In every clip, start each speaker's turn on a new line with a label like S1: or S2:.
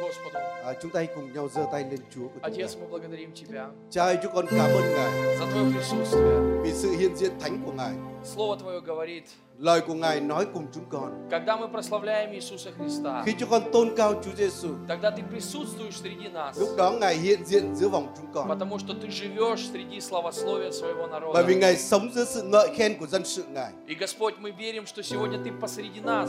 S1: Господу.
S2: À, chúng ta hãy cùng nhau giơ tay lên Chúa của chúng
S1: Отец,
S2: ta.
S1: мы благодарим Тебя
S2: Cha ơi, chúng con cảm ơn Ngài
S1: за Твое присутствие.
S2: vì sự hiện diện thánh của Ngài.
S1: Слово Твое говорит,
S2: Lời của Ngài nói cùng chúng con.
S1: когда мы прославляем Иисуса Христа,
S2: Khi chúng con tôn cao Chúa Giêsu,
S1: тогда Ты присутствуешь среди нас,
S2: lúc đó Ngài hiện diện giữa vòng chúng con.
S1: потому что Ты живешь среди славословия своего
S2: Bởi
S1: народа.
S2: vì Ngài sống giữa sự ngợi khen của dân sự Ngài.
S1: И, Господь, мы верим, что сегодня Ты посреди нас,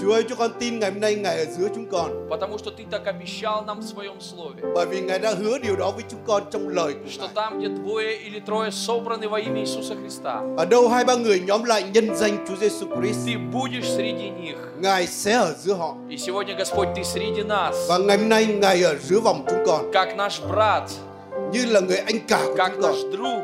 S2: Chúa ơi, chúng con tin ngày hôm nay Ngài ở giữa chúng con.
S1: потому что Ты так обещал нам в Своем Слове,
S2: Bởi vì Ngài đã hứa điều đó với chúng con trong lời của
S1: что
S2: Ngài.
S1: там, где двое или трое собраны во имя Иисуса Христа,
S2: Ở đâu hai ba người nhóm lại nhân danh Chúa Giêsu Christ,
S1: Ты будешь среди них.
S2: Ngài sẽ ở giữa họ.
S1: И сегодня, Господь, Ты среди нас,
S2: Và ngày hôm nay Ngài ở giữa vòng chúng con,
S1: как наш брат,
S2: như là người anh cả của
S1: как
S2: chúng con,
S1: наш друг,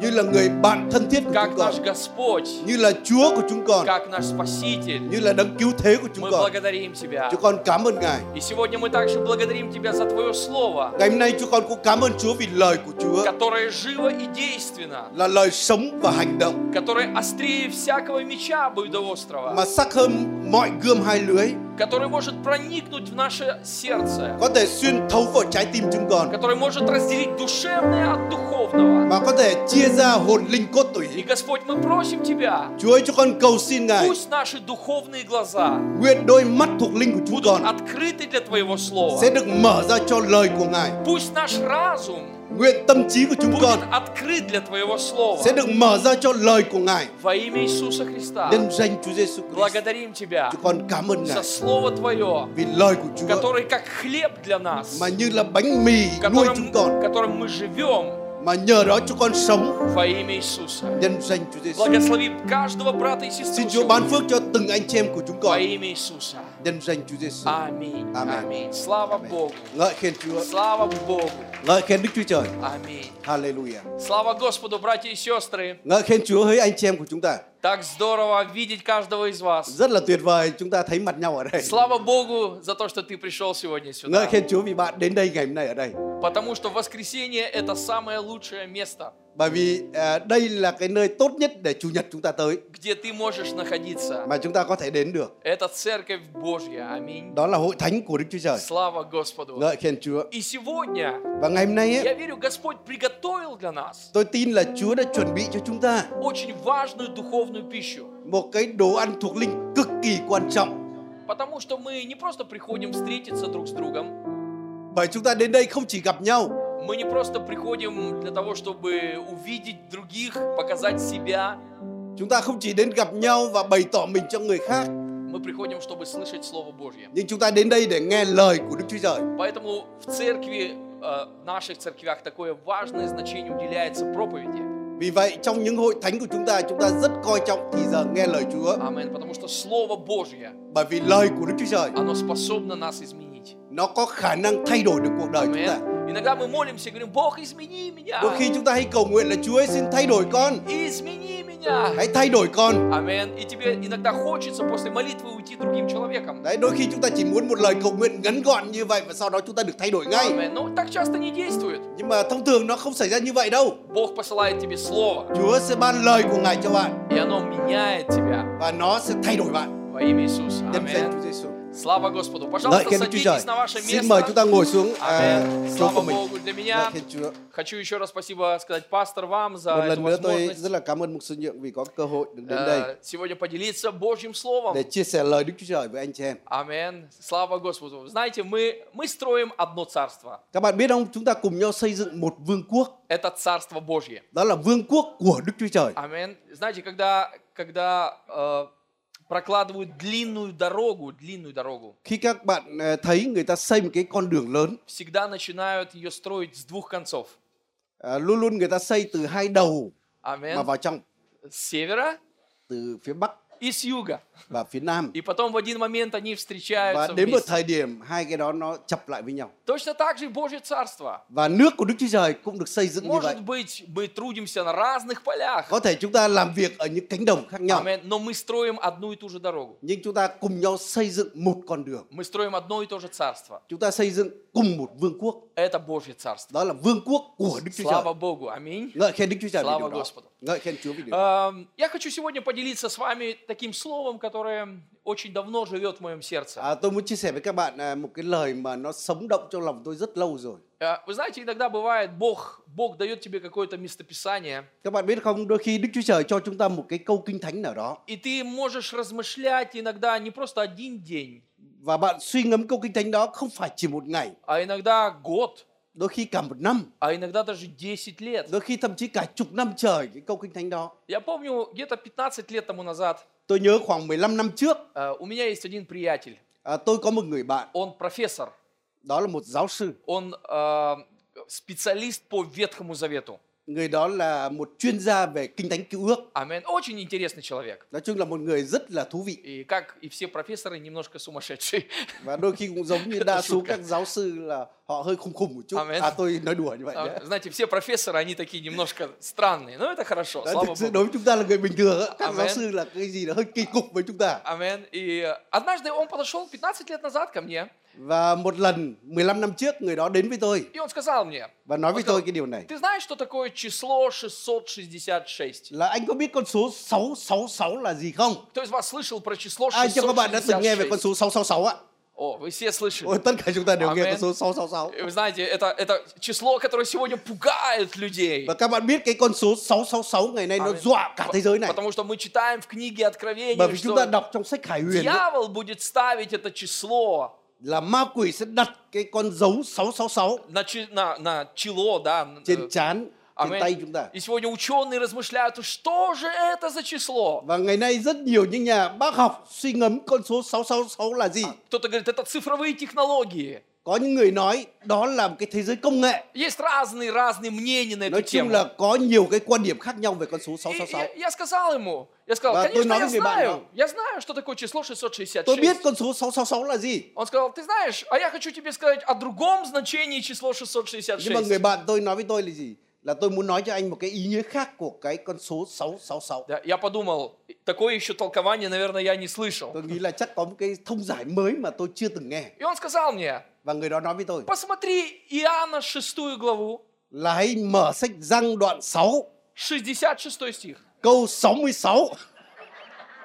S2: như là người bạn thân thiết của
S1: как
S2: chúng con,
S1: наш Господь,
S2: như là Chúa của chúng con,
S1: как наш Спаситель.
S2: như là đấng cứu thế của chúng
S1: Мы
S2: con.
S1: благодарим Тебя.
S2: Chúng con cảm ơn Ngài.
S1: И сегодня мы также благодарим Тебя за Твое Слово,
S2: Ngày hôm nay chúng con cũng cảm ơn Chúa vì lời của Chúa
S1: которое живо и действенно,
S2: là lời sống và hành động
S1: которое острее всякого меча
S2: mà
S1: острова,
S2: sắc hơn mọi gươm hai lưới,
S1: которое может проникнуть в наше сердце,
S2: có thể xuyên thấu vào trái tim chúng con
S1: которое может разделить душевное от духовного.
S2: mà có thể chia ra hồn linh cốt tủy.
S1: И, Господь, мы просим Тебя,
S2: Chúa ơi, chúng con cầu xin Ngài
S1: пусть наши духовные глаза
S2: nguyện đôi mắt thuộc linh của chúng con
S1: открыты для Твоего Слова.
S2: sẽ được mở ra cho lời của Ngài.
S1: Пусть наш разум
S2: Nguyện tâm trí của chúng
S1: будет
S2: con
S1: открыт для Твоего Слова.
S2: sẽ được mở ra cho lời của Ngài.
S1: Во имя Иисуса Христа
S2: Nhân danh Chúa Giêsu Christ,
S1: благодарим Тебя
S2: chúng con cảm ơn
S1: за
S2: Ngài
S1: Слово Твое,
S2: à, vì lời của Chúa
S1: который как хлеб для нас,
S2: mà như là bánh mì nuôi chúng
S1: которым,
S2: con
S1: которым мы живем
S2: mà nhờ đó chúng con sống
S1: во имя Иисуса.
S2: nhân danh Chúa Giêsu.
S1: Благослови каждого брата и
S2: Xin
S1: сестру
S2: Chúa ban
S1: сегодня
S2: phước cho từng anh chị em của chúng
S1: во
S2: con
S1: имя Иисуса.
S2: nhân danh Chúa Giêsu.
S1: Аминь.
S2: Аминь.
S1: Аминь. Слава Богу.
S2: Ngợi khen Chúa,
S1: Слава Богу.
S2: ngợi khen Đức Chúa Trời.
S1: Аминь.
S2: Hallelujah.
S1: Слава Господу, братья и сестры.
S2: Ngợi khen Chúa hỡi anh chị em của chúng ta.
S1: Так здорово видеть каждого из вас.
S2: Rất là tuyệt vời chúng ta thấy mặt nhau ở đây.
S1: Слава Богу за то, что ты пришел сегодня
S2: Ngợi
S1: сюда.
S2: khen Chúa vì bạn đến đây ngày hôm nay ở đây.
S1: Потому что воскресенье – это самое лучшее место,
S2: Bởi vì à, đây là cái nơi tốt nhất để chủ nhật chúng ta tới
S1: где ты можешь находиться.
S2: mà chúng ta có thể đến được.
S1: Это Церковь Божья. Аминь.
S2: Đó là hội thánh của Đức Chúa Trời.
S1: Слава Господу.
S2: Ngợi khen Chúa.
S1: И сегодня,
S2: Và ngày hôm nay
S1: я
S2: ấy,
S1: верю, Господь приготовил для нас
S2: tôi tin là Chúa đã chuẩn bị cho chúng ta
S1: очень важную духовную пищу.
S2: một cái đồ ăn thuộc linh cực kỳ quan trọng.
S1: Потому что мы не просто приходим встретиться друг с другом,
S2: Bởi chúng ta đến đây không chỉ gặp nhau
S1: мы не просто приходим для того, чтобы увидеть других, показать себя.
S2: Chúng ta không chỉ đến gặp nhau và bày tỏ mình cho người khác
S1: Мы приходим, чтобы слышать Слово Божье.
S2: Nhưng chúng ta đến đây để nghe lời của Đức Chúa Trời
S1: Поэтому в церкви, э, в наших церквях такое важное значение уделяется проповеди.
S2: Vì vậy trong những hội thánh của chúng ta Chúng ta rất coi trọng thì giờ nghe lời Chúa
S1: Амин. Потому что Слово Божье,
S2: Bởi vì lời của Đức Chúa Trời
S1: оно способно нас изменить.
S2: Nó có khả năng thay đổi được cuộc đời chúng ta
S1: Амин. Иногда мы молимся и говорим, Бог, измени меня.
S2: Đôi khi chúng ta hay cầu nguyện là Chúa ơi xin thay đổi con
S1: Измени меня.
S2: Hãy thay đổi con
S1: Амин. И тебе иногда хочется после молитвы уйти другим человеком.
S2: Đấy đôi khi chúng ta chỉ muốn một lời cầu nguyện ngắn gọn như vậy Và sau đó chúng ta được thay đổi ngay
S1: Амин. Но так часто не действует.
S2: Nhưng mà thông thường nó không xảy ra như vậy đâu
S1: Бог посылает тебе Слово,
S2: Chúa sẽ ban lời của Ngài cho bạn
S1: и оно меняет тебя
S2: Và nó sẽ thay đổi bạn
S1: во имя Иисуса.
S2: Nhân danh Chúa
S1: Амин.
S2: Giêsu.
S1: Слава Господу.
S2: Ngợi
S1: Пожалуйста,
S2: khen Đức Chúa Trời
S1: садитесь на ваше
S2: Xin mời chúng ta
S1: место.
S2: ngồi xuống à,
S1: Амин.
S2: chỗ của
S1: Слава
S2: mình
S1: Богу для
S2: Ngợi
S1: меня.
S2: khen Chúa
S1: Хочу еще раз спасибо сказать пастор вам за
S2: Một
S1: эту
S2: lần nữa tôi
S1: возможность
S2: rất là cảm ơn Mục Sư Nhượng vì có cơ hội được đến
S1: э,
S2: đây
S1: сегодня поделиться Божьим Словом.
S2: để chia sẻ lời Đức Chúa Trời với anh chị em.
S1: Амин. Слава Господу. Знаете, мы, мы строим одно царство.
S2: Các bạn biết không, chúng ta cùng nhau xây dựng một vương quốc,
S1: Это царство Божье.
S2: đó là vương quốc của Đức Chúa Trời.
S1: Амин. Знаете, когда, когда э, прокладывают длинную дорогу, длинную дорогу,
S2: Khi các bạn ờ, thấy người ta xây một cái con đường lớn,
S1: всегда начинают ее строить с двух концов.
S2: ờ, luôn luôn người ta xây từ hai đầu
S1: Амин.
S2: mà vào trong,
S1: С севера
S2: từ phía bắc
S1: и с юга.
S2: và phía nam.
S1: И потом в один момент они
S2: Và
S1: встречаются
S2: đến một
S1: вместе.
S2: thời điểm hai cái đó nó chập lại với nhau.
S1: Точно так же и Божье царство.
S2: Và nước của Đức Chúa Trời cũng được xây dựng như vậy.
S1: Может быть, мы трудимся на разных полях,
S2: Có thể chúng ta làm việc ở những cánh đồng khác nhau,
S1: Амен. но мы строим одну и ту же дорогу.
S2: nhưng chúng ta cùng nhau xây dựng một con đường.
S1: Мы строим одно и то же царство.
S2: Chúng ta xây dựng cùng một vương quốc.
S1: Это Божье царство.
S2: đó là vương quốc của Đức Chúa
S1: Слава
S2: Trời.
S1: Богу. Аминь.
S2: Ngợi khen Đức Chúa Trời vì
S1: Slava Ờ.
S2: điều đó.
S1: Господу.
S2: Ngợi khen Chúa vì điều đó.
S1: Эм, Я хочу сегодня поделиться с вами таким словом, которое очень давно живет в моем сердце.
S2: À, tôi muốn chia sẻ với các bạn à, một cái lời mà nó sống động trong lòng tôi rất lâu rồi.
S1: Э, Вы знаете, иногда бывает, Бог, Бог дает тебе какое-то местописание,
S2: Các bạn biết không, đôi khi Đức Chúa Trời cho chúng ta một cái câu kinh thánh nào đó
S1: и ты можешь размышлять иногда не просто один день,
S2: và bạn suy ngẫm câu kinh thánh đó không phải chỉ một ngày,
S1: а иногда год,
S2: đôi khi cả một năm,
S1: а иногда даже 10 лет.
S2: đôi khi thậm chí cả chục năm trời cái câu kinh thánh đó.
S1: Я помню, где-то 15 лет тому назад
S2: Tôi nhớ khoảng 15 năm trước,
S1: э, у меня есть один приятель,
S2: à, tôi có một người bạn,
S1: он профессор,
S2: đó là một giáo sư.
S1: он э, специалист по Ветхому Завету.
S2: Người đó là một chuyên gia về kinh thánh cứu ước.
S1: Амен. Очень интересный человек.
S2: Nói chung là một người rất là thú vị
S1: И как и все профессоры, немножко сумасшедший.
S2: và đôi khi cũng giống như đa số các giáo sư là họ hơi khùng khùng một chút.
S1: Amen.
S2: À tôi nói đùa như vậy đấy.
S1: А, Знаете, все профессоры, они такие немножко странные. Но это хорошо,
S2: Đấy,
S1: слава
S2: thực sự
S1: богу.
S2: đối với chúng ta là người bình thường á, các giáo
S1: Amen.
S2: sư là cái gì đó hơi kỳ cục với chúng ta.
S1: Амен. И э, однажды он подошел 15 лет назад ко мне,
S2: Và một lần 15 năm trước người đó đến với tôi
S1: и он сказал мне,
S2: và nói
S1: Ôi
S2: với
S1: trời.
S2: tôi cái điều này
S1: ты знаешь, что такое число 666?
S2: là anh có biết con số 666 là gì không?
S1: Кто из вас слышал про число
S2: Ai trong các bạn đã từng nghe về con
S1: 666?
S2: số 666 ạ?
S1: О, вы все
S2: Ôi
S1: слышали.
S2: tất cả chúng ta đều nghe
S1: Amen.
S2: con số 666.
S1: И Вы знаете, это, это число, которое сегодня пугает людей.
S2: Và các bạn biết cái con số 666 ngày nay nó
S1: Amen.
S2: dọa cả thế giới này.
S1: Потому что мы читаем в книге
S2: Bởi
S1: Откровения,
S2: vì chúng ta
S1: что
S2: đọc trong sách Khải Huyền ấy,
S1: Дьявол будет ставить это число
S2: là ma quỷ sẽ đặt cái con dấu 666
S1: на, чи- на, на чело, да. н-
S2: trên
S1: э,
S2: trán, trên
S1: амен.
S2: tay chúng ta.
S1: И сегодня ученые размышляют, что же это за число?
S2: Và ngày nay rất nhiều những nhà bác học suy ngẫm con số 666 là gì.
S1: Кто-то говорит, это цифровые технологии.
S2: Có những người nói đó là một cái thế giới công nghệ.
S1: Есть разные-разные мнения на эту
S2: Nói chung
S1: тему.
S2: là có nhiều cái quan điểm khác nhau về con số
S1: И- и-
S2: 666.
S1: я, сказал ему, я сказал,
S2: Да, ты
S1: конечно, я
S2: нам не
S1: знаю,
S2: банал.
S1: я знаю, что такое число
S2: Tôi biết
S1: 666.
S2: con số 666 là gì.
S1: Он сказал, ты знаешь, а я хочу тебе сказать о другом значении число
S2: Nhưng mà người
S1: 666.
S2: bạn tôi nói với tôi là gì? Là tôi muốn nói cho anh một cái ý nghĩa khác của cái con số 666.
S1: Да, я подумал, такое еще толкование, наверное, я не слышал.
S2: Tôi nghĩ là chắc có một cái thông giải mới mà tôi chưa từng nghe.
S1: И он сказал мне,
S2: Và người đó nói với tôi
S1: посмотри Иоанна 6 главу,
S2: là hãy mở sách răng đoạn 6,
S1: 66 стих.
S2: câu 66.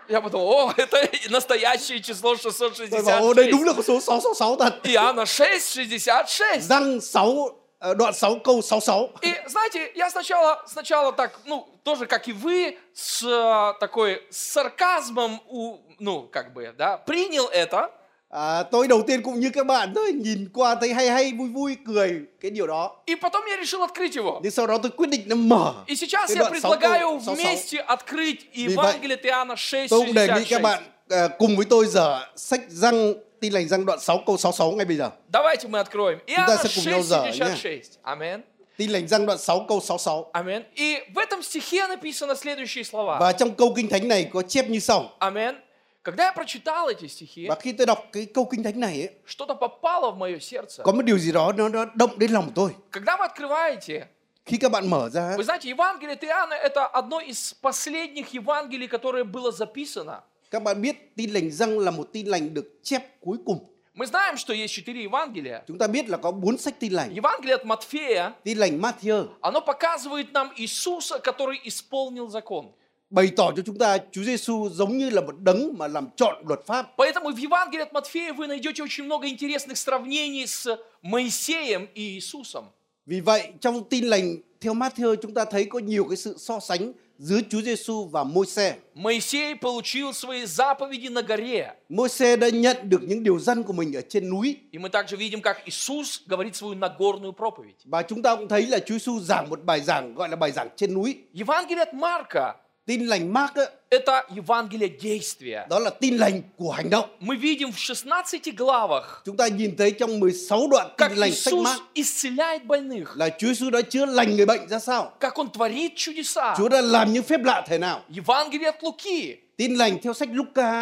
S1: Я подумал, о, это настоящее число
S2: Tôi bảo ô đây
S1: 666.
S2: đúng là con số 666 thật.
S1: Иоанна 6, 66.
S2: Răng 6, ờ, đoạn 6 câu 66.
S1: И знаете, я сначала, сначала так, ну, тоже как и вы, с э, такой с сарказмом, у, ну, как бы, да, принял это.
S2: À, tôi đầu tiên cũng như các bạn thôi, nhìn qua thấy hay hay vui vui cười cái điều đó.
S1: И потом я решил открыть его.
S2: Nhưng sau đó tôi quyết định là mở.
S1: И сейчас
S2: Ты
S1: я
S2: два-
S1: предлагаю
S2: Салтов- Салтов.
S1: вместе открыть
S2: vậy,
S1: Евангелие от Иоанна 6,
S2: Tôi cũng đề nghị
S1: 66.
S2: các bạn à, cùng với tôi giờ sách răng tin lành răng đoạn 6 câu 66 ngay bây giờ.
S1: Давайте мы откроем. Иоанна
S2: с
S1: 6,
S2: этим не узнаем, не?
S1: 66. Амин.
S2: Tin lành răng đoạn 6 câu 66.
S1: Амин. И в этом стихе написано следующие слова.
S2: Và trong câu kinh thánh này có chép như sau.
S1: Амин. Когда я прочитал эти стихи,
S2: Và khi tôi đọc cái câu kinh thánh này ấy,
S1: что-то попало в мое сердце.
S2: có một điều gì đó nó nó động đến lòng tôi.
S1: Когда вы открываете
S2: Khi các bạn mở ra
S1: Вы знаете, Евангелие от Иоанна – это одно из последних Евангелий, которое было записано.
S2: các bạn biết tin lành răng là một tin lành được chép cuối cùng.
S1: Мы знаем, что есть четыре Евангелия.
S2: Chúng ta biết là có bốn sách tin lành.
S1: Евангелие от Матфея,
S2: Tin lành Matthew
S1: оно показывает нам Иисуса, который исполнил закон.
S2: bày tỏ cho chúng ta Chúa Giêsu giống như là một đấng mà làm trọn luật pháp.
S1: Поэтому в Евангелии от Матфея вы найдете очень много интересных сравнений с Моисеем и Иисусом.
S2: Vì vậy trong tin lành theo Matthew chúng ta thấy có nhiều cái sự so sánh giữa Chúa Giêsu và Môi-se.
S1: Моисей получил свои заповеди на горе.
S2: Môi-se đã nhận được những điều dân của mình ở trên núi
S1: И мы также видим, как Иисус говорит свою Нагорную проповедь.
S2: và chúng ta cũng thấy là Chúa Giêsu giảng một bài giảng gọi là bài giảng trên núi.
S1: Евангелие от Марка
S2: Tin lành Mark ấy,
S1: – это Евангелие действия.
S2: đó là tin lành của hành động.
S1: мы видим в 16 главах,
S2: Chúng ta nhìn thấy trong 16 đoạn
S1: как
S2: tin lành sách
S1: Иисус
S2: Mark
S1: исцеляет больных,
S2: là Chúa Giêsu đã chữa lành người bệnh ra sao?
S1: как Он творит чудеса.
S2: Chúa đã làm những phép lạ thế nào?
S1: Евангелие от Луки
S2: Tin lành theo sách Luca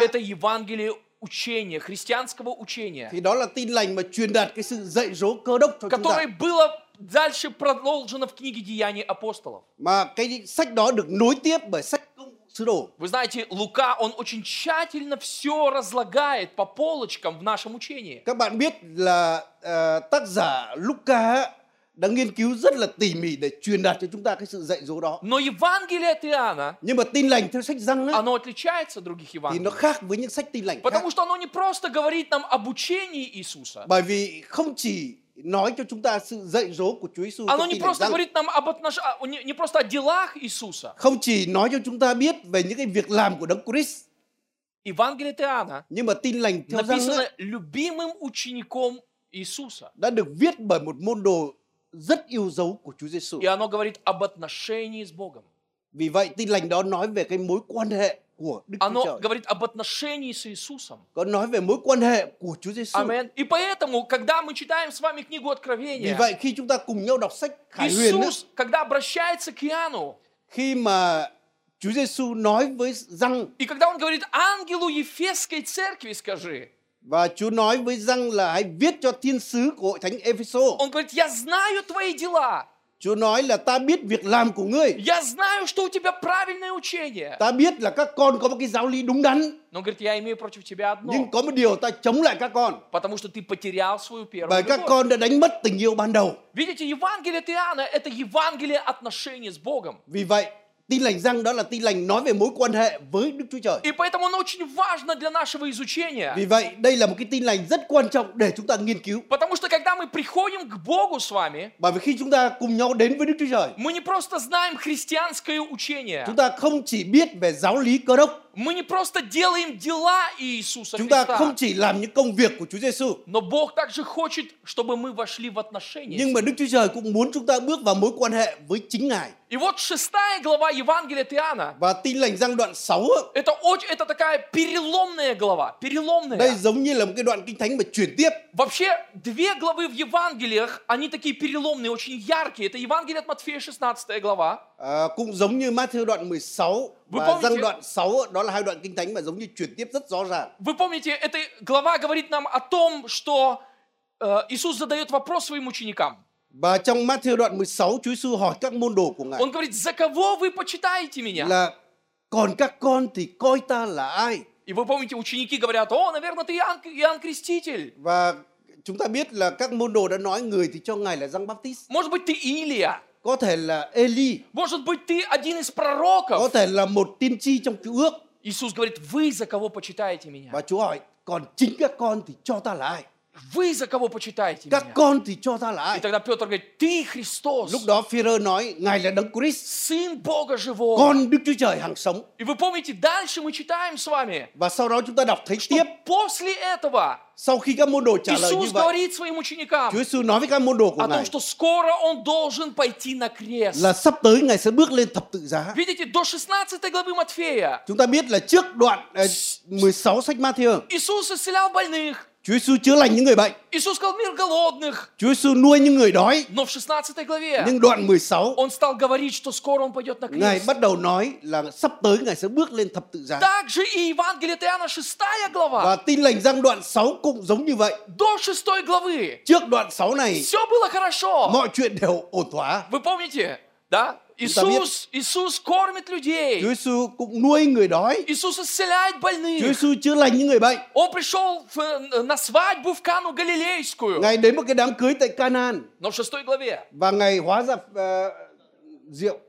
S1: – это Евангелие учения, христианского учения,
S2: thì đó là tin lành mà truyền đạt cái sự dạy dỗ cơ đốc cho chúng ta.
S1: которое было дальше продолжено в книге «Деяний апостолов».
S2: Mà cái sách đó được nối tiếp bởi sách công vụ sứ đồ.
S1: Вы знаете, Лука, он очень тщательно все разлагает по полочкам в нашем учении.
S2: Các bạn biết là ờ, tác giả Luca á, đã nghiên cứu rất là tỉ mỉ để truyền đạt cho chúng ta cái sự dạy dỗ đó.
S1: Но Евангелие от Иоанна,
S2: Nhưng mà tin lành theo sách răng ấy,
S1: оно отличается от других
S2: thì
S1: Евангелий.
S2: nó khác với những sách tin lành khác.
S1: Потому что оно не просто говорит нам об учении Иисуса.
S2: Bởi vì không chỉ nói cho chúng ta sự dạy dỗ của Chúa Giêsu
S1: Оно
S2: trong
S1: не
S2: tin lành
S1: просто
S2: răng,
S1: говорит нам об отнош... а, не, не просто о делах Иисуса.
S2: không chỉ nói cho chúng ta biết về những cái việc làm của Đấng Christ,
S1: Евангелие от Иоанна
S2: nhưng mà tin lành theo răng ấy,
S1: написано любимым учеником Иисуса.
S2: đã được viết bởi một môn đồ rất yêu dấu của Chúa Giêsu.
S1: И оно говорит об отношении с Богом.
S2: Vì vậy tin lành đó nói về cái mối quan hệ của Đức Chúa
S1: Оно
S2: Trời,
S1: говорит об отношении с Иисусом.
S2: có nói về mối quan hệ của Chúa Giêsu.
S1: Амен. И поэтому, когда мы читаем с вами книгу
S2: Vì
S1: Откровения,
S2: vậy khi chúng ta cùng nhau đọc sách Khải Huyền, ấy,
S1: Иисус, когда обращается к Иоанну,
S2: khi mà Chúa Giêsu nói với răng
S1: и когда он говорит ангелу Ефесской церкви, скажи,
S2: và Chúa nói với răng là hãy viết cho thiên sứ của hội thánh Epheso.
S1: он говорит, я знаю твои дела,
S2: Chúa nói là ta biết việc làm của ngươi,
S1: я знаю, что у тебя правильное учение.
S2: ta biết là các con có một cái giáo lý đúng đắn,
S1: Но он говорит, я имею против тебя одно,
S2: nhưng có một điều ta chống lại các con,
S1: потому что ты потерял свою первую
S2: bởi các
S1: любовь.
S2: con đã đánh mất tình yêu ban đầu.
S1: Видите, Евангелие от Иоанна – это Евангелие отношений с Богом.
S2: Vì vậy, tin lành răng đó là tin lành nói về mối quan hệ với Đức Chúa Trời.
S1: И поэтому оно очень важно для нашего изучения.
S2: Vì vậy, đây là một cái tin lành rất quan trọng để chúng ta nghiên cứu.
S1: Потому что когда мы приходим к Богу с вами,
S2: Bởi vì khi chúng ta cùng nhau đến với Đức Chúa Trời,
S1: мы не просто знаем христианское учение,
S2: chúng ta không chỉ biết về giáo lý cơ đốc,
S1: мы не просто делаем дела Иисуса
S2: chúng ta không
S1: Христа,
S2: chỉ làm những công việc của Chúa Giêsu,
S1: но Бог также хочет, чтобы мы вошли в отношения.
S2: nhưng mà Đức Chúa Trời cũng muốn chúng ta bước vào mối quan hệ với chính Ngài.
S1: И вот шестая глава Евангелия от Иоанна,
S2: Và tin lành răng đoạn 6 ạ,
S1: это, очень, это такая переломная глава, переломная.
S2: Đây giống như là một cái đoạn kinh thánh mà chuyển tiếp.
S1: Вообще, две главы в Евангелиях, они такие переломные, очень яркие. Это Евангелие от Матфея, 16 глава.
S2: À, cũng giống như Matthew đoạn 16
S1: Vừa
S2: và
S1: phong
S2: răng
S1: chứ.
S2: đoạn 6 đó là hai đoạn kinh thánh mà giống như chuyển tiếp rất rõ ràng.
S1: Вы помните, эта глава говорит нам о том, что э, Иисус задает вопрос своим ученикам.
S2: Và trong Matthew đoạn 16 Chúa Giêsu hỏi các môn đồ của Ngài
S1: Он говорит, за кого вы почитаете меня?
S2: là còn các con thì coi ta là ai?
S1: И вы помните, ученики говорят, о, наверное, ты Иоанн, Иоанн Креститель.
S2: Và chúng ta biết là các môn đồ đã nói người thì cho Ngài là Giăng Baptist,
S1: Может быть, ты Илия.
S2: có thể là Eli,
S1: Может быть, ты один из
S2: có
S1: пророков.
S2: thể là một tiên tri trong Cựu Ước.
S1: Иисус говорит, вы за кого почитаете меня?
S2: Và Chúa hỏi còn chính các con thì cho ta là ai?
S1: Вы за кого почитаете
S2: Các
S1: меня?
S2: con Dạ. thì cho ta là
S1: И
S2: ai?
S1: тогда Петр говорит, ты Христос,
S2: Lúc đó Phêrô nói Ngài là Đấng Christ.
S1: Сын Бога Живого.
S2: con Đức Chúa Trời hàng sống
S1: И вы помните, дальше мы читаем с вами,
S2: và sau đó chúng ta đọc thấy tiếp
S1: что после этого
S2: sau khi các môn đồ trả lời như
S1: Иисус
S2: vậy
S1: говорит своим
S2: Chúa
S1: ученикам
S2: Giêsu nói với các môn đồ của
S1: о том,
S2: ngài
S1: что skoro Он должен пойти на крест.
S2: là sắp tới ngài sẽ bước lên thập tự giá
S1: Видите, до 16 главы Матфея
S2: chúng ta biết là trước đoạn ờ, 16 sách Matthew
S1: Иисус исцелял больных,
S2: Chúa Giêsu chữa lành những người bệnh
S1: Иисус сказал мир голодных,
S2: Chúa Giêsu nuôi những người đói
S1: но в 16 главе
S2: nhưng đoạn 16
S1: Он стал говорить, что скоро Он пойдет на
S2: ngài
S1: крест.
S2: bắt đầu nói là sắp tới ngài sẽ bước lên thập tự giá
S1: Также и Евангелие от Иоанна 6 глава,
S2: và tin lành rằng đoạn 6 cũng giống như vậy
S1: до 6 главы,
S2: trước đoạn 6 này
S1: все было хорошо.
S2: mọi chuyện đều ổn thỏa
S1: Вы помните, да? Иисус, Иисус кормит
S2: Chúa
S1: людей.
S2: Giêsu cũng nuôi người đói
S1: Иисус исцеляет
S2: Chúa
S1: больных.
S2: Giêsu chữa lành những người bệnh
S1: Он пришел в, э, на свадьбу в Кану Галилейскую.
S2: Ngài đến một cái đám cưới tại Canaan
S1: Но в шестой главе
S2: và ngài hóa ra ờ, rượu.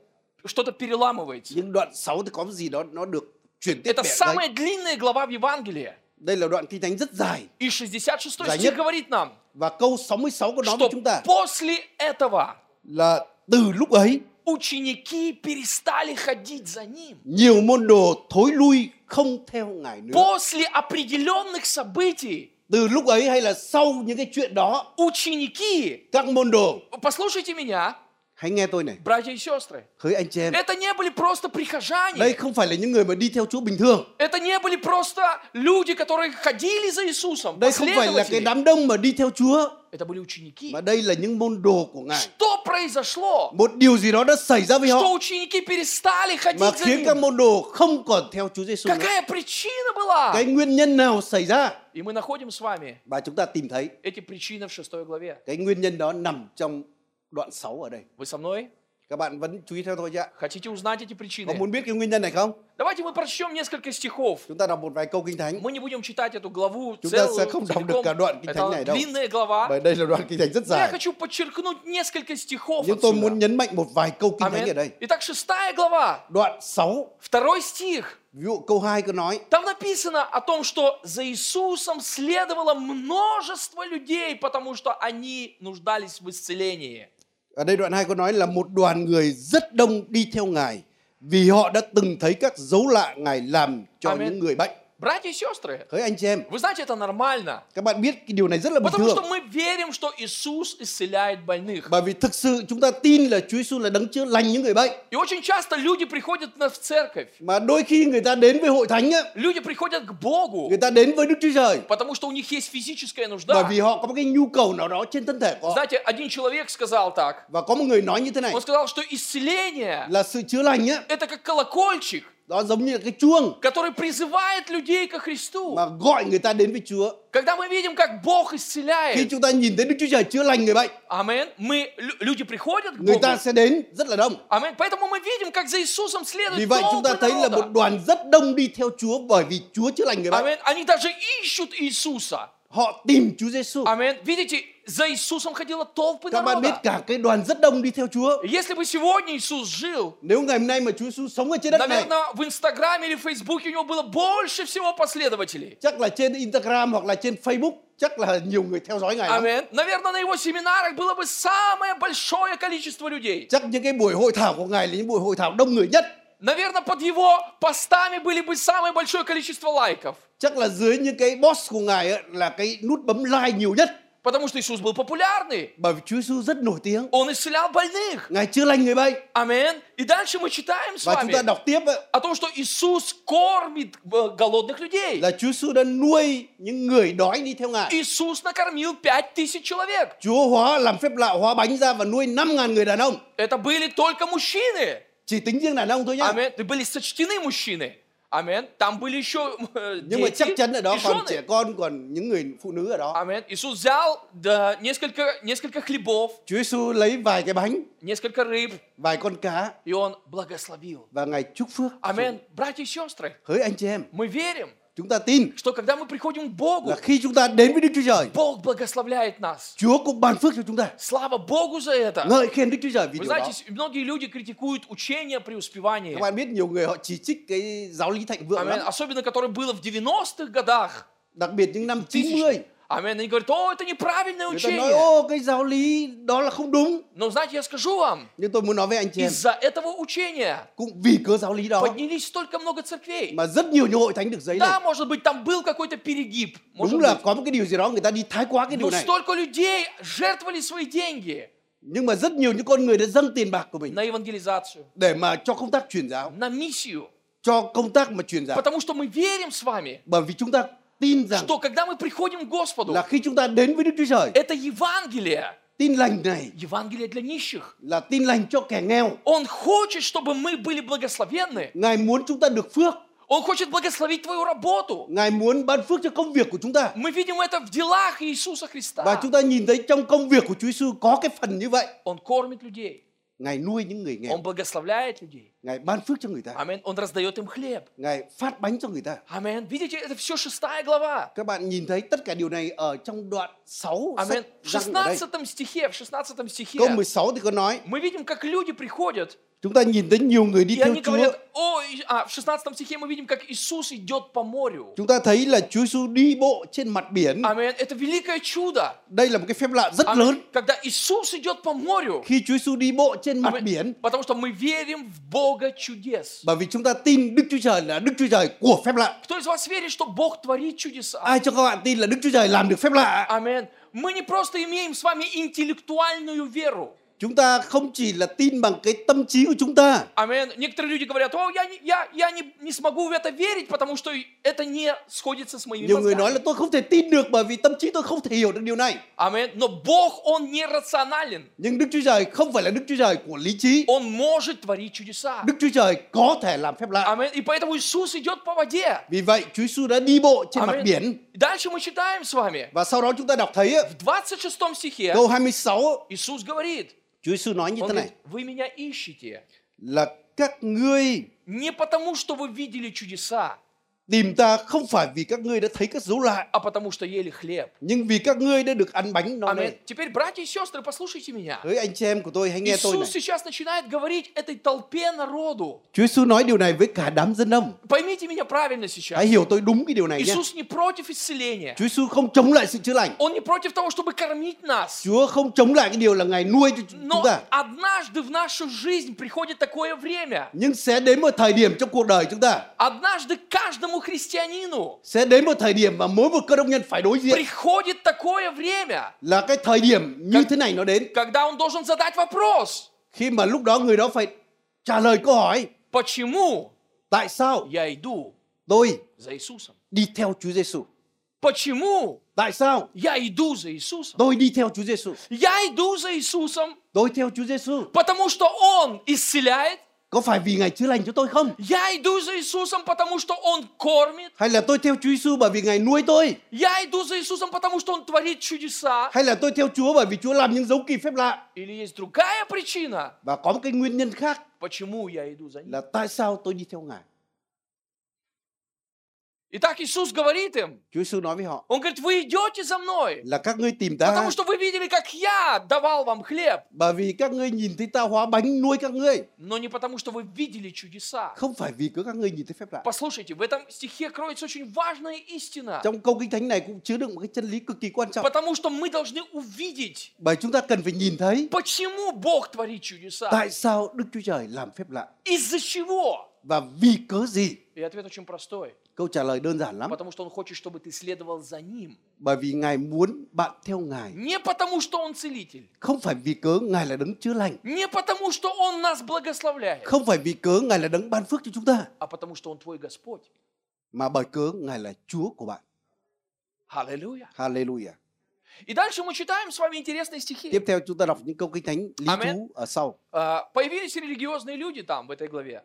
S1: что-то переламывается.
S2: Nhưng đoạn 6 thì có cái gì đó nó được chuyển tiếp
S1: Это
S2: bẻ đấy.
S1: самая длинная глава в Евангелии.
S2: Đây là đoạn kinh thánh rất dài
S1: И 66
S2: Да
S1: стих
S2: нет.
S1: говорит нам,
S2: và câu 66 có nói với
S1: что
S2: chúng ta
S1: после этого
S2: là từ lúc ấy
S1: ученики перестали ходить за ним.
S2: nhiều môn đồ thối lui không theo ngài nữa.
S1: После определенных событий
S2: Từ lúc ấy hay là sau những cái chuyện đó,
S1: ученики,
S2: các môn đồ
S1: послушайте меня,
S2: hãy nghe tôi này,
S1: братья и сестры,
S2: hỡi anh chị em,
S1: это не были просто прихожане.
S2: đây không phải là những người mà đi theo Chúa bình thường,
S1: Это не были просто люди, которые ходили за Иисусом,
S2: đây không phải là cái
S1: последователи.
S2: đám đông mà đi theo Chúa,
S1: Это были ученики.
S2: mà đây là những môn đồ của ngài.
S1: Что произошло?
S2: Một điều gì đó đã xảy ra với họ
S1: Что ученики перестали
S2: mà
S1: ходить за
S2: khiến các
S1: ним?
S2: môn đồ không còn theo Chúa Giêsu nữa.
S1: Какая причина была?
S2: Cái nguyên nhân nào xảy ra
S1: И мы находим с вами
S2: và chúng ta tìm thấy
S1: эти причины в шестой главе.
S2: cái nguyên nhân đó nằm trong đoạn 6 ở đây.
S1: Вы со мной?
S2: Các Các bạn vẫn chú ý theo tôi chứ ạ.
S1: Хотите узнать эти
S2: Có
S1: причины?
S2: muốn biết cái nguyên nhân này không?
S1: Давайте мы прочтем несколько стихов.
S2: Chúng ta đọc một vài câu kinh thánh.
S1: Мы не будем читать эту главу
S2: Chúng ta
S1: целую,
S2: sẽ không đọc được
S1: целиком.
S2: cả đoạn kinh thánh
S1: Это
S2: này đâu.
S1: длинная глава.
S2: Bởi đây là đoạn kinh thánh rất
S1: Но Я
S2: dài.
S1: хочу подчеркнуть несколько стихов
S2: Nhưng tôi
S1: отсюда.
S2: muốn nhấn mạnh một vài câu kinh thánh ở đây.
S1: Аминь. Итак, шестая глава,
S2: Đoạn 6,
S1: второй стих.
S2: ví dụ câu 2 có nói
S1: Там написано о том, что за Иисусом следовало множество людей, потому что они нуждались в исцелении.
S2: Ở đây đoạn 2 có nói là một đoàn người rất đông đi theo Ngài vì họ đã từng thấy các dấu lạ Ngài làm cho
S1: Amen.
S2: những người bệnh.
S1: Братья и сестры,
S2: Hỡi anh chị em,
S1: вы знаете, это нормально.
S2: các bạn biết cái điều này rất là bình
S1: Потому
S2: thường.
S1: что мы верим, что Иисус исцеляет больных.
S2: Bởi vì thực sự chúng ta tin là Chúa Giêsu là đấng chữa lành những người bệnh.
S1: И очень часто люди приходят на- в церковь,
S2: Mà đôi khi người ta đến với hội thánh á,
S1: люди приходят к Богу,
S2: người ta đến với Đức Chúa Trời
S1: потому что у них есть физическая
S2: bởi
S1: нужда.
S2: vì họ có một cái nhu cầu nào đó trên thân thể của họ.
S1: Знаете, один человек сказал так.
S2: Và có một người nói như thế này
S1: Он сказал, что исцеление
S2: là sự chữa lành á,
S1: – это как колокольчик,
S2: đó giống như là cái chuông
S1: который призывает людей ко Христу.
S2: mà gọi người ta đến với Chúa.
S1: Когда мы видим, как Бог
S2: Khi
S1: исцеляет,
S2: chúng ta nhìn thấy Đức Chúa Trời chữa lành người bệnh,
S1: амен, мы, лю- люди приходят к
S2: người
S1: Богу,
S2: ta sẽ đến rất là đông.
S1: амен, поэтому мы видим, как за Иисусом следует
S2: Vì vậy chúng ta
S1: толпы
S2: thấy là
S1: народа.
S2: một đoàn rất đông đi theo Chúa bởi vì Chúa chữa lành người bệnh.
S1: Амен, они даже ищут Иисуса.
S2: Họ tìm Chúa Giêsu.
S1: Амен. Видите, за Иисусом ходила толпы
S2: Các bạn biết
S1: народа.
S2: cả cái đoàn rất đông đi theo Chúa.
S1: Если бы сегодня Иисус жил,
S2: Nếu ngày hôm nay mà Chúa Giêsu sống ở
S1: Dạ
S2: trên đất này,
S1: наверное, в Инстаграме или в Фейсбуке у него было больше всего последователей.
S2: chắc là trên Instagram hoặc là trên Facebook chắc là nhiều người theo dõi ngài lắm.
S1: Амен. Наверное, на его семинарах было бы самое большое количество людей.
S2: Chắc những cái buổi hội thảo của ngài là những buổi hội thảo đông người nhất.
S1: Наверное, под его постами были бы самое большое количество лайков.
S2: Chắc là dưới những cái boss của ngài ấy, là cái nút bấm like nhiều nhất
S1: Потому что Иисус был популярный.
S2: bởi vì Chúa Giêsu rất nổi tiếng.
S1: Он исцелял больных.
S2: Ngài chữa lành người bệnh
S1: Амен. И дальше мы читаем с
S2: và chúng ta
S1: вами
S2: đọc tiếp ấy,
S1: о том, что Иисус кормит э, голодных людей.
S2: là Chúa Giêsu đã nuôi những người đói đi theo ngài.
S1: Иисус накормил пять tысяч человек.
S2: Chúa hóa làm phép lạ hóa bánh ra và nuôi 5.000 người đàn ông.
S1: Это были только мужчины.
S2: Chỉ tính riêng đàn ông thôi nhá.
S1: Амин. Это были сочтены мужчины. Амин. Там были еще э,
S2: Nhưng mà chắc
S1: дети
S2: chắn ở đó
S1: и
S2: còn trẻ
S1: жены.
S2: con, còn những người phụ nữ ở đó.
S1: Амин. Иисус взял да, несколько, nесколько хлебов,
S2: Chúa Giêsu lấy vài cái bánh,
S1: несколько рыб,
S2: vài con cá
S1: и Он благословил.
S2: và Ngài chúc phước.
S1: Амин. Братья и сестры,
S2: Hỡi anh chị em,
S1: мы верим,
S2: chúng ta tin
S1: что когда мы приходим к Богу,
S2: là khi chúng ta đến với Đức Chúa Trời,
S1: Бог благословляет нас.
S2: Chúa cũng ban phước cho chúng ta.
S1: Слава Богу за это.
S2: Ngợi khen Đức Chúa Trời vì
S1: Вы
S2: điều đó.
S1: знаете, с- многие люди критикуют учение
S2: Các
S1: преуспевания.
S2: bạn biết nhiều người họ chỉ trích cái giáo lý thạnh vượng
S1: Амин.
S2: lắm,
S1: Особенно, которое было в 90-х годах.
S2: đặc biệt những năm 90.
S1: 1000-х. Амин. Они говорят, о, это неправильное
S2: Người ta nói,
S1: учение.
S2: ô cái giáo lý đó là không đúng.
S1: Но знаете, я скажу вам,
S2: Nhưng tôi muốn nói với anh chị em,
S1: из-за этого учения
S2: cũng vì cớ giáo lý đó
S1: поднялись столько много церквей.
S2: mà rất nhiều những hội thánh được giấy lên.
S1: Да, может быть, там был какой-то перегиб, может
S2: Đúng là
S1: быть.
S2: có một cái điều gì đó người ta đi thái quá cái điều
S1: Но
S2: này.
S1: столько людей жертвовали свои деньги
S2: Nhưng mà rất nhiều những con người đã dâng tiền bạc của mình
S1: на евангелизацию,
S2: để mà cho công tác truyền giáo,
S1: на миссию.
S2: cho công tác mà truyền giáo.
S1: Потому что мы верим с вами,
S2: Bởi vì chúng ta tin rằng
S1: что когда мы приходим к Господу,
S2: là khi chúng ta đến với Đức Chúa Trời,
S1: это Евангелие,
S2: tin lành này
S1: Евангелие для нищих.
S2: là tin lành cho kẻ nghèo.
S1: Он хочет, чтобы мы были благословенны.
S2: Ngài muốn chúng ta được phước,
S1: Он хочет благословить твою работу.
S2: Ngài muốn ban phước cho công việc của chúng ta.
S1: Мы видим это в делах Иисуса
S2: Và
S1: Христа.
S2: chúng ta nhìn thấy trong công việc của Chúa Giêsu có cái phần như vậy.
S1: Он кормит людей.
S2: Ngài nuôi những người
S1: Он
S2: nghèo,
S1: благословляет людей.
S2: Ngài ban phước cho người ta,
S1: Амин. Он раздает им хлеб.
S2: Ngài phát bánh cho người ta.
S1: Амин. Видите, это все шестая глава.
S2: Các bạn nhìn thấy tất cả điều này ở trong đoạn 6
S1: Амин.
S2: sách
S1: В
S2: răng ở đây.
S1: 16 стихе, в 16 стихе
S2: Câu 16 thì có nói
S1: мы видим, как люди приходят,
S2: Chúng ta nhìn thấy nhiều người đi
S1: и
S2: theo
S1: они
S2: Chúa.
S1: говорят, о, И- а, в 16 стихе мы видим, как Иисус идет по морю.
S2: Chúng ta thấy là Chúa Giêsu đi bộ trên mặt biển.
S1: Амин. Это великое чудо.
S2: Đây là một cái phép lạ rất
S1: Амин.
S2: lớn.
S1: Когда Иисус идет по морю,
S2: Khi Chúa Giêsu đi bộ trên mặt
S1: Амин.
S2: biển,
S1: потому что мы верим в Бога чудес.
S2: bởi vì chúng ta tin Đức Chúa Trời là Đức Chúa Trời của phép lạ.
S1: Кто из вас верит, что Бог творит чудеса?
S2: Ai cho các bạn tin là Đức Chúa Trời làm được phép lạ?
S1: Амин. Мы не просто имеем с вами интеллектуальную веру.
S2: Chúng ta không chỉ là tin bằng cái tâm trí của chúng ta,
S1: Амин. Некоторые люди говорят, о, я, не- я, я не, не смогу в это верить, потому что это не сходится с моими
S2: Nhiều người nói
S1: мозгами.
S2: là tôi không thể tin được bởi vì tâm trí tôi không thể hiểu được điều này.
S1: Амин. Но Бог, Он нерационален.
S2: Nhưng Đức Chúa Trời không phải là Đức Chúa Trời của lý trí.
S1: Он может творить чудеса.
S2: Đức Chúa Trời có thể làm phép lạ.
S1: Амин. И поэтому Иисус идет по воде.
S2: Vì vậy Chúa Giêsu đã đi bộ trên mặt
S1: Amen.
S2: biển.
S1: Дальше мы читаем с вами.
S2: Và sau đó chúng ta đọc thấy á,
S1: В 26 стихе
S2: câu 26
S1: Иисус говорит,
S2: Chúa Giêsu nói như
S1: Он
S2: thế này
S1: говорит, вы меня ищете
S2: là các ngươi
S1: не потому, что вы видели чудеса,
S2: tìm ta không phải vì các ngươi đã thấy các dấu lạ
S1: а потому, что ели хлеб.
S2: nhưng vì các ngươi đã được ăn bánh no nê.
S1: Аминь. Теперь, братья и сестры, послушайте меня.
S2: Hỡi anh chị em của tôi hãy nghe tôi này.
S1: Иисус сейчас начинает говорить этой толпе народу.
S2: Chúa Giêsu nói điều này với cả đám dân đông.
S1: Поймите меня правильно сейчас.
S2: Hãy hiểu tôi đúng cái điều này nhé.
S1: Иисус не против исцеления.
S2: Chúa Giêsu không chống lại sự chữa lành.
S1: Он не против того, чтобы кормить нас.
S2: Chúa không chống lại cái điều là ngài nuôi cho chúng
S1: Но
S2: ta.
S1: однажды в нашу жизнь приходит такое время.
S2: Nhưng sẽ đến một thời điểm trong cuộc đời chúng ta,
S1: Однажды каждому христианину
S2: sẽ đến một thời điểm mà mỗi một cơ đốc nhân phải đối diện
S1: приходит такое время,
S2: là cái thời điểm như thế này nó đến.
S1: когда он должен задать вопрос.
S2: Khi mà lúc đó người đó phải trả lời câu hỏi
S1: Почему
S2: tại sao
S1: я иду
S2: tôi
S1: за Иисусом?
S2: đi theo Chúa Giêsu?
S1: Почему
S2: Tại sao
S1: я иду за Иисусом?
S2: tôi đi theo Chúa Giêsu?
S1: Я иду за Иисусом,
S2: Tôi theo Chúa Giêsu
S1: потому что Он исцеляет.
S2: có phải vì ngài chữa lành cho tôi không?
S1: Я иду за Иисусом, потому что Он кормит.
S2: Hay là tôi theo Chúa Giêsu bởi vì ngài nuôi tôi?
S1: Я иду за Иисусом, потому что Он творит чудеса.
S2: Hay là tôi theo Chúa bởi vì Chúa làm những dấu kỳ phép lạ?
S1: Или есть другая причина,
S2: Và có một cái nguyên nhân khác
S1: почему я иду за Ним.
S2: là tại sao tôi đi theo ngài?
S1: Итак, Иисус говорит им,
S2: Chúa Giêsu nói với họ
S1: Он говорит, вы идете за мной,
S2: là các ngươi tìm ta
S1: потому что вы видели, как я давал вам хлеб,
S2: bởi vì các ngươi nhìn thấy ta hóa bánh nuôi các ngươi,
S1: но не потому, что вы видели чудеса.
S2: không phải vì cứ các ngươi nhìn thấy phép lạ.
S1: Послушайте, в этом стихе кроется очень важная истина,
S2: Trong câu kinh thánh này cũng chứa đựng một cái chân lý cực kỳ quan trọng.
S1: потому что мы должны увидеть,
S2: Bởi chúng ta cần phải nhìn thấy
S1: почему Бог творит чудеса,
S2: tại sao Đức Chúa Trời làm phép lạ
S1: из-за чего.
S2: và vì cớ gì?
S1: И ответ очень простой,
S2: Câu trả lời đơn giản lắm,
S1: потому что Он хочет, чтобы ты следовал за Ним.
S2: bởi vì ngài muốn bạn theo ngài,
S1: Не потому, что Он целитель,
S2: không phải vì cớ ngài là đấng chữa lành,
S1: не потому, что Он нас благословляет,
S2: không phải vì cớ ngài là đấng ban phước cho chúng ta,
S1: а потому, что Он твой Господь.
S2: mà bởi cớ ngài là Chúa của bạn.
S1: Аллилуйя.
S2: Hallelujah.
S1: И дальше мы читаем с вами интересные стихи.
S2: Tiếp theo chúng ta đọc những câu kinh thánh lý
S1: Amen.
S2: thú ở sau.
S1: А, Появились религиозные люди там, в этой главе.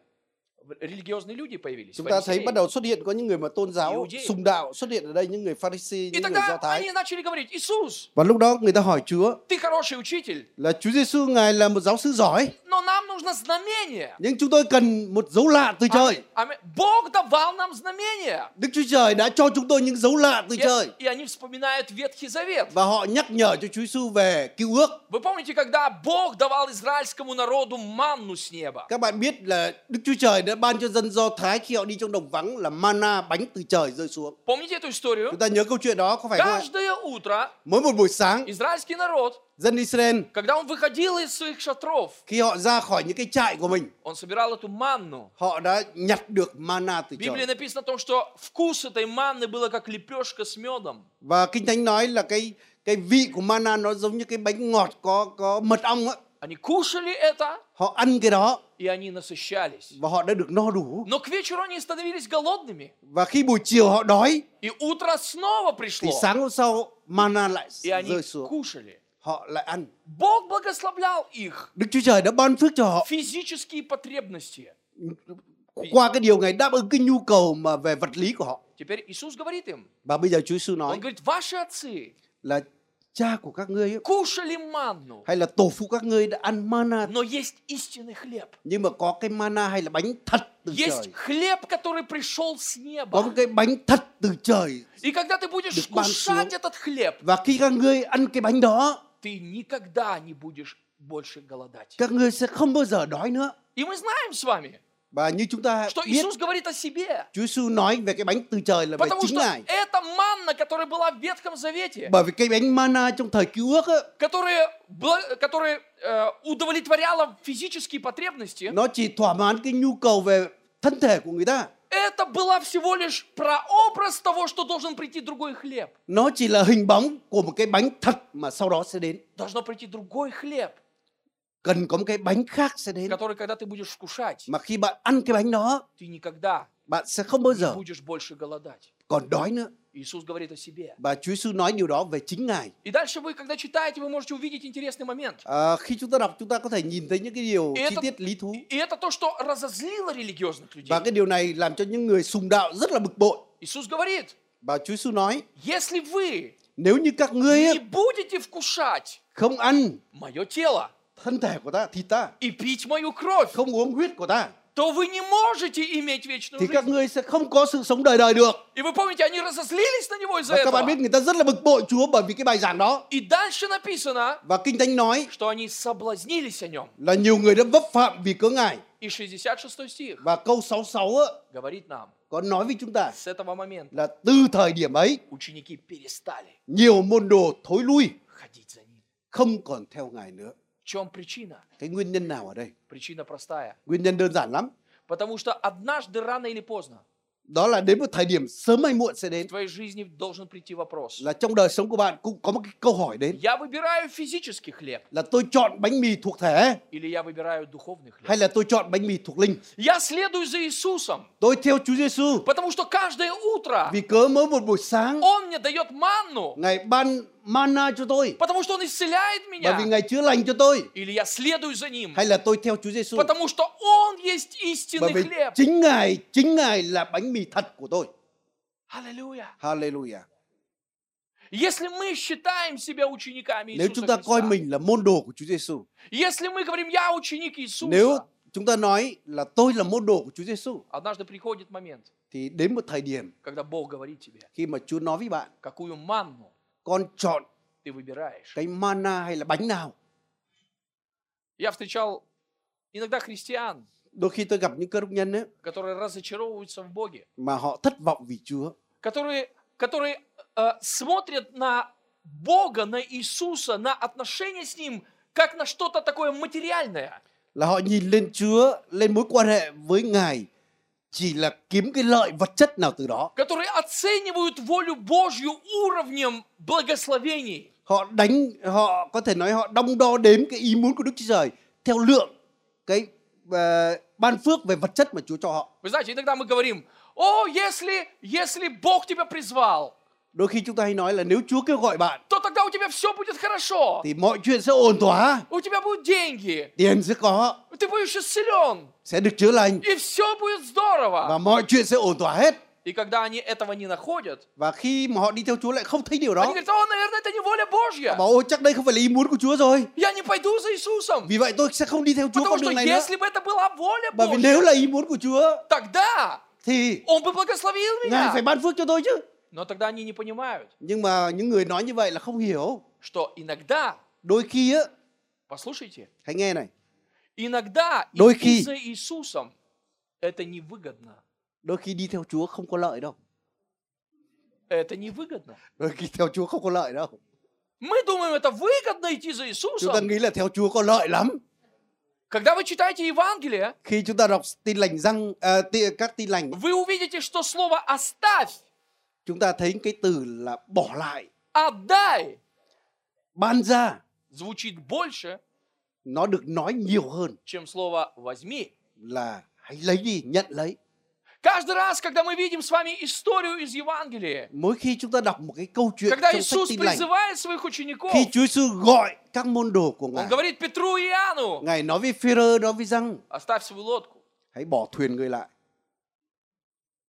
S1: В- Религиозные люди появились.
S2: Chúng ta thấy
S1: фарисеи.
S2: bắt đầu xuất hiện có những người mà tôn giáo
S1: Iu-di.
S2: sùng đạo xuất hiện ở đây những người Pharisee,
S1: И
S2: những người Do
S1: тогда
S2: Thái.
S1: они начали говорить, Иисус,
S2: Và lúc đó người ta hỏi Chúa
S1: ты хороший учитель,
S2: là Chúa Giêsu ngài là một giáo sư giỏi,
S1: но нам нужно знамение.
S2: nhưng chúng tôi cần một dấu lạ từ trời.
S1: Аминь. Бог давал нам знамение.
S2: Đức Chúa Trời đã cho chúng tôi những dấu lạ từ
S1: И,
S2: trời
S1: и они vспоминают Ветхий Завет.
S2: và họ nhắc nhở cho Chúa Giêsu về Cứu ước.
S1: Вы помните, когда Бог давал израильскому народу манну с неба?
S2: Các bạn biết là Đức Chúa Trời đã ban cho dân Do Thái khi họ đi trong đồng vắng là mana bánh từ trời rơi xuống.
S1: Помните эту историю?
S2: Chúng ta nhớ câu chuyện đó có phải không? ạ?
S1: Каждое утро
S2: Mỗi một buổi sáng,
S1: израильский народ,
S2: dân Israel
S1: когда он выходил из своих шатров,
S2: khi họ ra khỏi những cái trại của mình,
S1: он собирал эту манну.
S2: họ đã nhặt được mana từ
S1: В Библии
S2: trời.
S1: написано о том, что вкус этой манны было как лепешка с медом.
S2: Và Kinh Thánh nói là cái cái vị của mana nó giống như cái bánh ngọt có có mật ong á.
S1: Они кушали это,
S2: Họ ăn cái đó
S1: и они насыщались.
S2: và họ đã được no đủ.
S1: Но к вечеру они становились голодными.
S2: Và khi buổi chiều họ đói
S1: И утро снова
S2: thì
S1: пришло,
S2: sáng hôm sau mana lại
S1: и они
S2: rơi xuống.
S1: кушали.
S2: Họ lại ăn.
S1: Бог благословлял их
S2: Đức Chúa Trời đã ban phước cho họ
S1: физические потребности.
S2: qua cái điều ngài đáp ứng cái nhu cầu mà về vật lý của họ.
S1: Теперь Иисус говорит им,
S2: Và bây giờ Chúa Sư
S1: Он
S2: nói
S1: говорит, ваши отцы
S2: là cha của các ngươi ấy,
S1: кушали манну,
S2: hay là tổ phụ các ngươi đã ăn mana
S1: но есть истинный хлеб.
S2: nhưng mà có cái mana hay là bánh thật từ
S1: Есть
S2: trời.
S1: хлеб, который пришел с
S2: Có một
S1: неба.
S2: cái бánh thật từ trời
S1: И когда ты будешь
S2: Дык бам
S1: вкушать
S2: су.
S1: этот хлеб,
S2: và khi các ngươi ăn cái bánh đó,
S1: ты никогда не будешь больше голодать.
S2: các ngươi sẽ không bao giờ đói nữa.
S1: И мы знаем с вами,
S2: Và như chúng ta
S1: что
S2: biết,
S1: Иисус говорит о себе.
S2: Chúa Sư nói về cái bánh từ trời là về
S1: Потому
S2: chính
S1: что
S2: ngài.
S1: это манна, которая была в Ветхом Завете,
S2: Bởi vì cái bánh mana trong thời cứu ước á,
S1: которая, бла- которая э, удовлетворяла физические потребности,
S2: nó chỉ thỏa mãn cái nhu cầu về thân thể của người ta.
S1: это была всего лишь прообраз того, что должен прийти другой хлеб.
S2: Nó chỉ là hình bóng của một cái bánh thật mà sau đó sẽ đến.
S1: Должно прийти другой хлеб,
S2: Cần có một cái bánh khác sẽ đến.
S1: который, когда ты будешь вкушать,
S2: Mà khi bạn ăn cái bánh đó,
S1: ты никогда
S2: bạn sẽ không bao
S1: не
S2: giờ
S1: будешь больше голодать.
S2: còn đói nữa.
S1: Иисус говорит о себе.
S2: Và Chúa Sư nói điều đó về chính Ngài.
S1: И дальше вы, когда читаете, вы можете увидеть интересный момент.
S2: À, khi chúng ta đọc chúng ta có thể nhìn thấy những cái điều
S1: Ý
S2: chi
S1: tôi-
S2: tiết lý thú
S1: И это то, что разозлило религиозных людей.
S2: và cái điều này làm cho những người sùng đạo rất là bực bội
S1: Иисус говорит,
S2: và Chúa Sư nói
S1: если вы
S2: nếu như các ngươi á,
S1: не будете вкушать
S2: không ăn
S1: мое тело
S2: thân thể của ta, thịt ta,
S1: и пить мою кровь,
S2: không uống huyết của ta,
S1: то вы не можете иметь вечную
S2: thì các
S1: жизнь.
S2: ngươi sẽ không có sự sống đời đời được.
S1: И вы помните, они разозлились на него из-за
S2: Và các
S1: этого.
S2: bạn biết người ta rất là bực bội Chúa bởi vì cái bài giảng đó.
S1: И дальше написано,
S2: Và Kinh Thánh nói
S1: что они соблазнились о нем.
S2: là nhiều người đã vấp phạm vì cớ ngài.
S1: И 66 стих
S2: Và câu 66 á,
S1: говорит нам,
S2: có nói với chúng ta
S1: с этого момента
S2: là từ thời điểm ấy,
S1: ученики перестали
S2: nhiều môn đồ thối lui,
S1: ходить за ним.
S2: không còn theo ngài nữa.
S1: В чем причина?
S2: Cái nguyên nhân nào ở đây?
S1: Причина простая.
S2: Nguyên nhân đơn giản lắm.
S1: Потому что однажды, рано или поздно,
S2: Đó là đến một thời điểm sớm hay muộn sẽ đến
S1: в твоей жизни должен прийти вопрос.
S2: là trong đời sống của bạn cũng có một cái câu hỏi đến
S1: Я выбираю физический хлеб
S2: là tôi chọn bánh mì thuộc thể
S1: или я выбираю духовный хлеб?
S2: hay là tôi chọn bánh mì thuộc linh.
S1: Я следую за Иисусом,
S2: Tôi theo Chúa Giêsu
S1: потому что каждое утро
S2: vì cớ mỗi một buổi sáng
S1: Он мне дает манну,
S2: Ngài ban mana cho tôi
S1: потому что Он исцеляет
S2: bởi vì
S1: меня.
S2: Ngài chữa lành cho tôi
S1: Или я следую за Ним,
S2: hay là tôi theo Chúa Giêsu
S1: потому что Он есть
S2: bởi
S1: истинный
S2: vì
S1: хлеб.
S2: chính Ngài chính Ngài là bánh mì thật của tôi.
S1: Аллилуйя.
S2: Hallelujah.
S1: Если мы считаем себя учениками
S2: Nếu
S1: Иисуса
S2: chúng ta coi
S1: Христа,
S2: mình là môn đồ của Chúa Giêsu,
S1: если мы говорим «Я ученик
S2: nếu
S1: Иисуса»,
S2: chúng ta nói là tôi là môn đồ của Chúa Giêsu
S1: однажды приходит момент,
S2: thì đến một thời điểm
S1: когда Бог говорит тебе,
S2: khi mà Chúa nói với bạn
S1: какую манну
S2: con chọn
S1: ты выбираешь.
S2: cái mana hay là bánh nào.
S1: Я встречал иногда христиан,
S2: Đôi khi tôi gặp những cơ đốc nhân ấy,
S1: которые разочаровываются в Боге.
S2: mà họ thất vọng vì Chúa.
S1: которые, которые э, смотрят на Бога, на Иисуса, на отношения с Ним, как на что-то такое материальное.
S2: Là họ nhìn lên Chúa, lên mối quan hệ với Ngài chỉ là kiếm cái lợi vật chất nào từ đó.
S1: Которые оценивают волю Божью уровнем благословений.
S2: Họ đánh, họ có thể nói họ đong đo đếm cái ý muốn của Đức Chúa Trời theo lượng cái ờ, ban phước về vật chất mà Chúa cho họ.
S1: Вы знаете, иногда мы говорим, о, если, если Бог тебя призвал,
S2: Đôi khi chúng ta hay nói là nếu Chúa kêu gọi bạn
S1: то тогда у тебя все будет хорошо.
S2: thì mọi chuyện sẽ ổn thỏa,
S1: У тебя будут деньги,
S2: tiền sẽ có,
S1: ты будешь исцелен,
S2: sẽ được chữa lành
S1: и все будет
S2: và
S1: здорово.
S2: mọi chuyện sẽ ổn thỏa hết.
S1: И когда они этого не находят,
S2: Và khi mà họ đi theo Chúa lại không thấy điều
S1: они
S2: đó.
S1: говорят, о, наверное, это не воля Божья.
S2: Bảo ôi chắc đây không phải là ý muốn của Chúa rồi.
S1: Я не пойду за Иисусом.
S2: Vì vậy tôi sẽ không đi theo Chúa
S1: Потому
S2: con
S1: что
S2: đường này nữa.
S1: если бы это была воля
S2: Bởi vì nếu
S1: Божья,
S2: là ý muốn của Chúa
S1: тогда
S2: thì
S1: Он бы благословил
S2: Ngài phải
S1: меня.
S2: ban phước cho tôi chứ.
S1: Но тогда они не понимают,
S2: Nhưng mà những người nói như vậy là không hiểu.
S1: что иногда,
S2: Đôi khi á,
S1: послушайте,
S2: hãy nghe này,
S1: иногда
S2: Đôi
S1: идти
S2: khi-
S1: за Иисусом это невыгодно.
S2: đôi khi đi theo Chúa không có lợi đâu.
S1: Это невыгодно.
S2: Đôi khi theo Chúa không có lợi đâu.
S1: Мы думаем, это выгодно идти за
S2: Chúng ta
S1: Иисусом.
S2: nghĩ là theo Chúa có lợi lắm.
S1: Когда вы читаете Евангелие,
S2: Khi chúng ta đọc tin lành răng à, ti- các tin lành,
S1: вы увидите, что слово «оставь»,
S2: chúng ta thấy cái từ là bỏ lại,
S1: «отдай»
S2: ban ra
S1: звучит больше,
S2: nó được nói nhiều hơn
S1: чем слово «возьми».
S2: là hãy lấy đi, nhận lấy.
S1: Каждый раз, когда мы видим с вами историю из Евангелия,
S2: Mỗi khi chúng ta đọc một cái câu chuyện
S1: Когда
S2: trong sách
S1: Иисус
S2: tin lành,
S1: призывает своих учеников,
S2: khi Chúa Giêsu gọi các môn đồ của Ngài
S1: Он говорит Петру и Иоанну,
S2: Ngài nói với Phêrô nói với rằng
S1: оставь свою лодку.
S2: hãy bỏ thuyền người lại.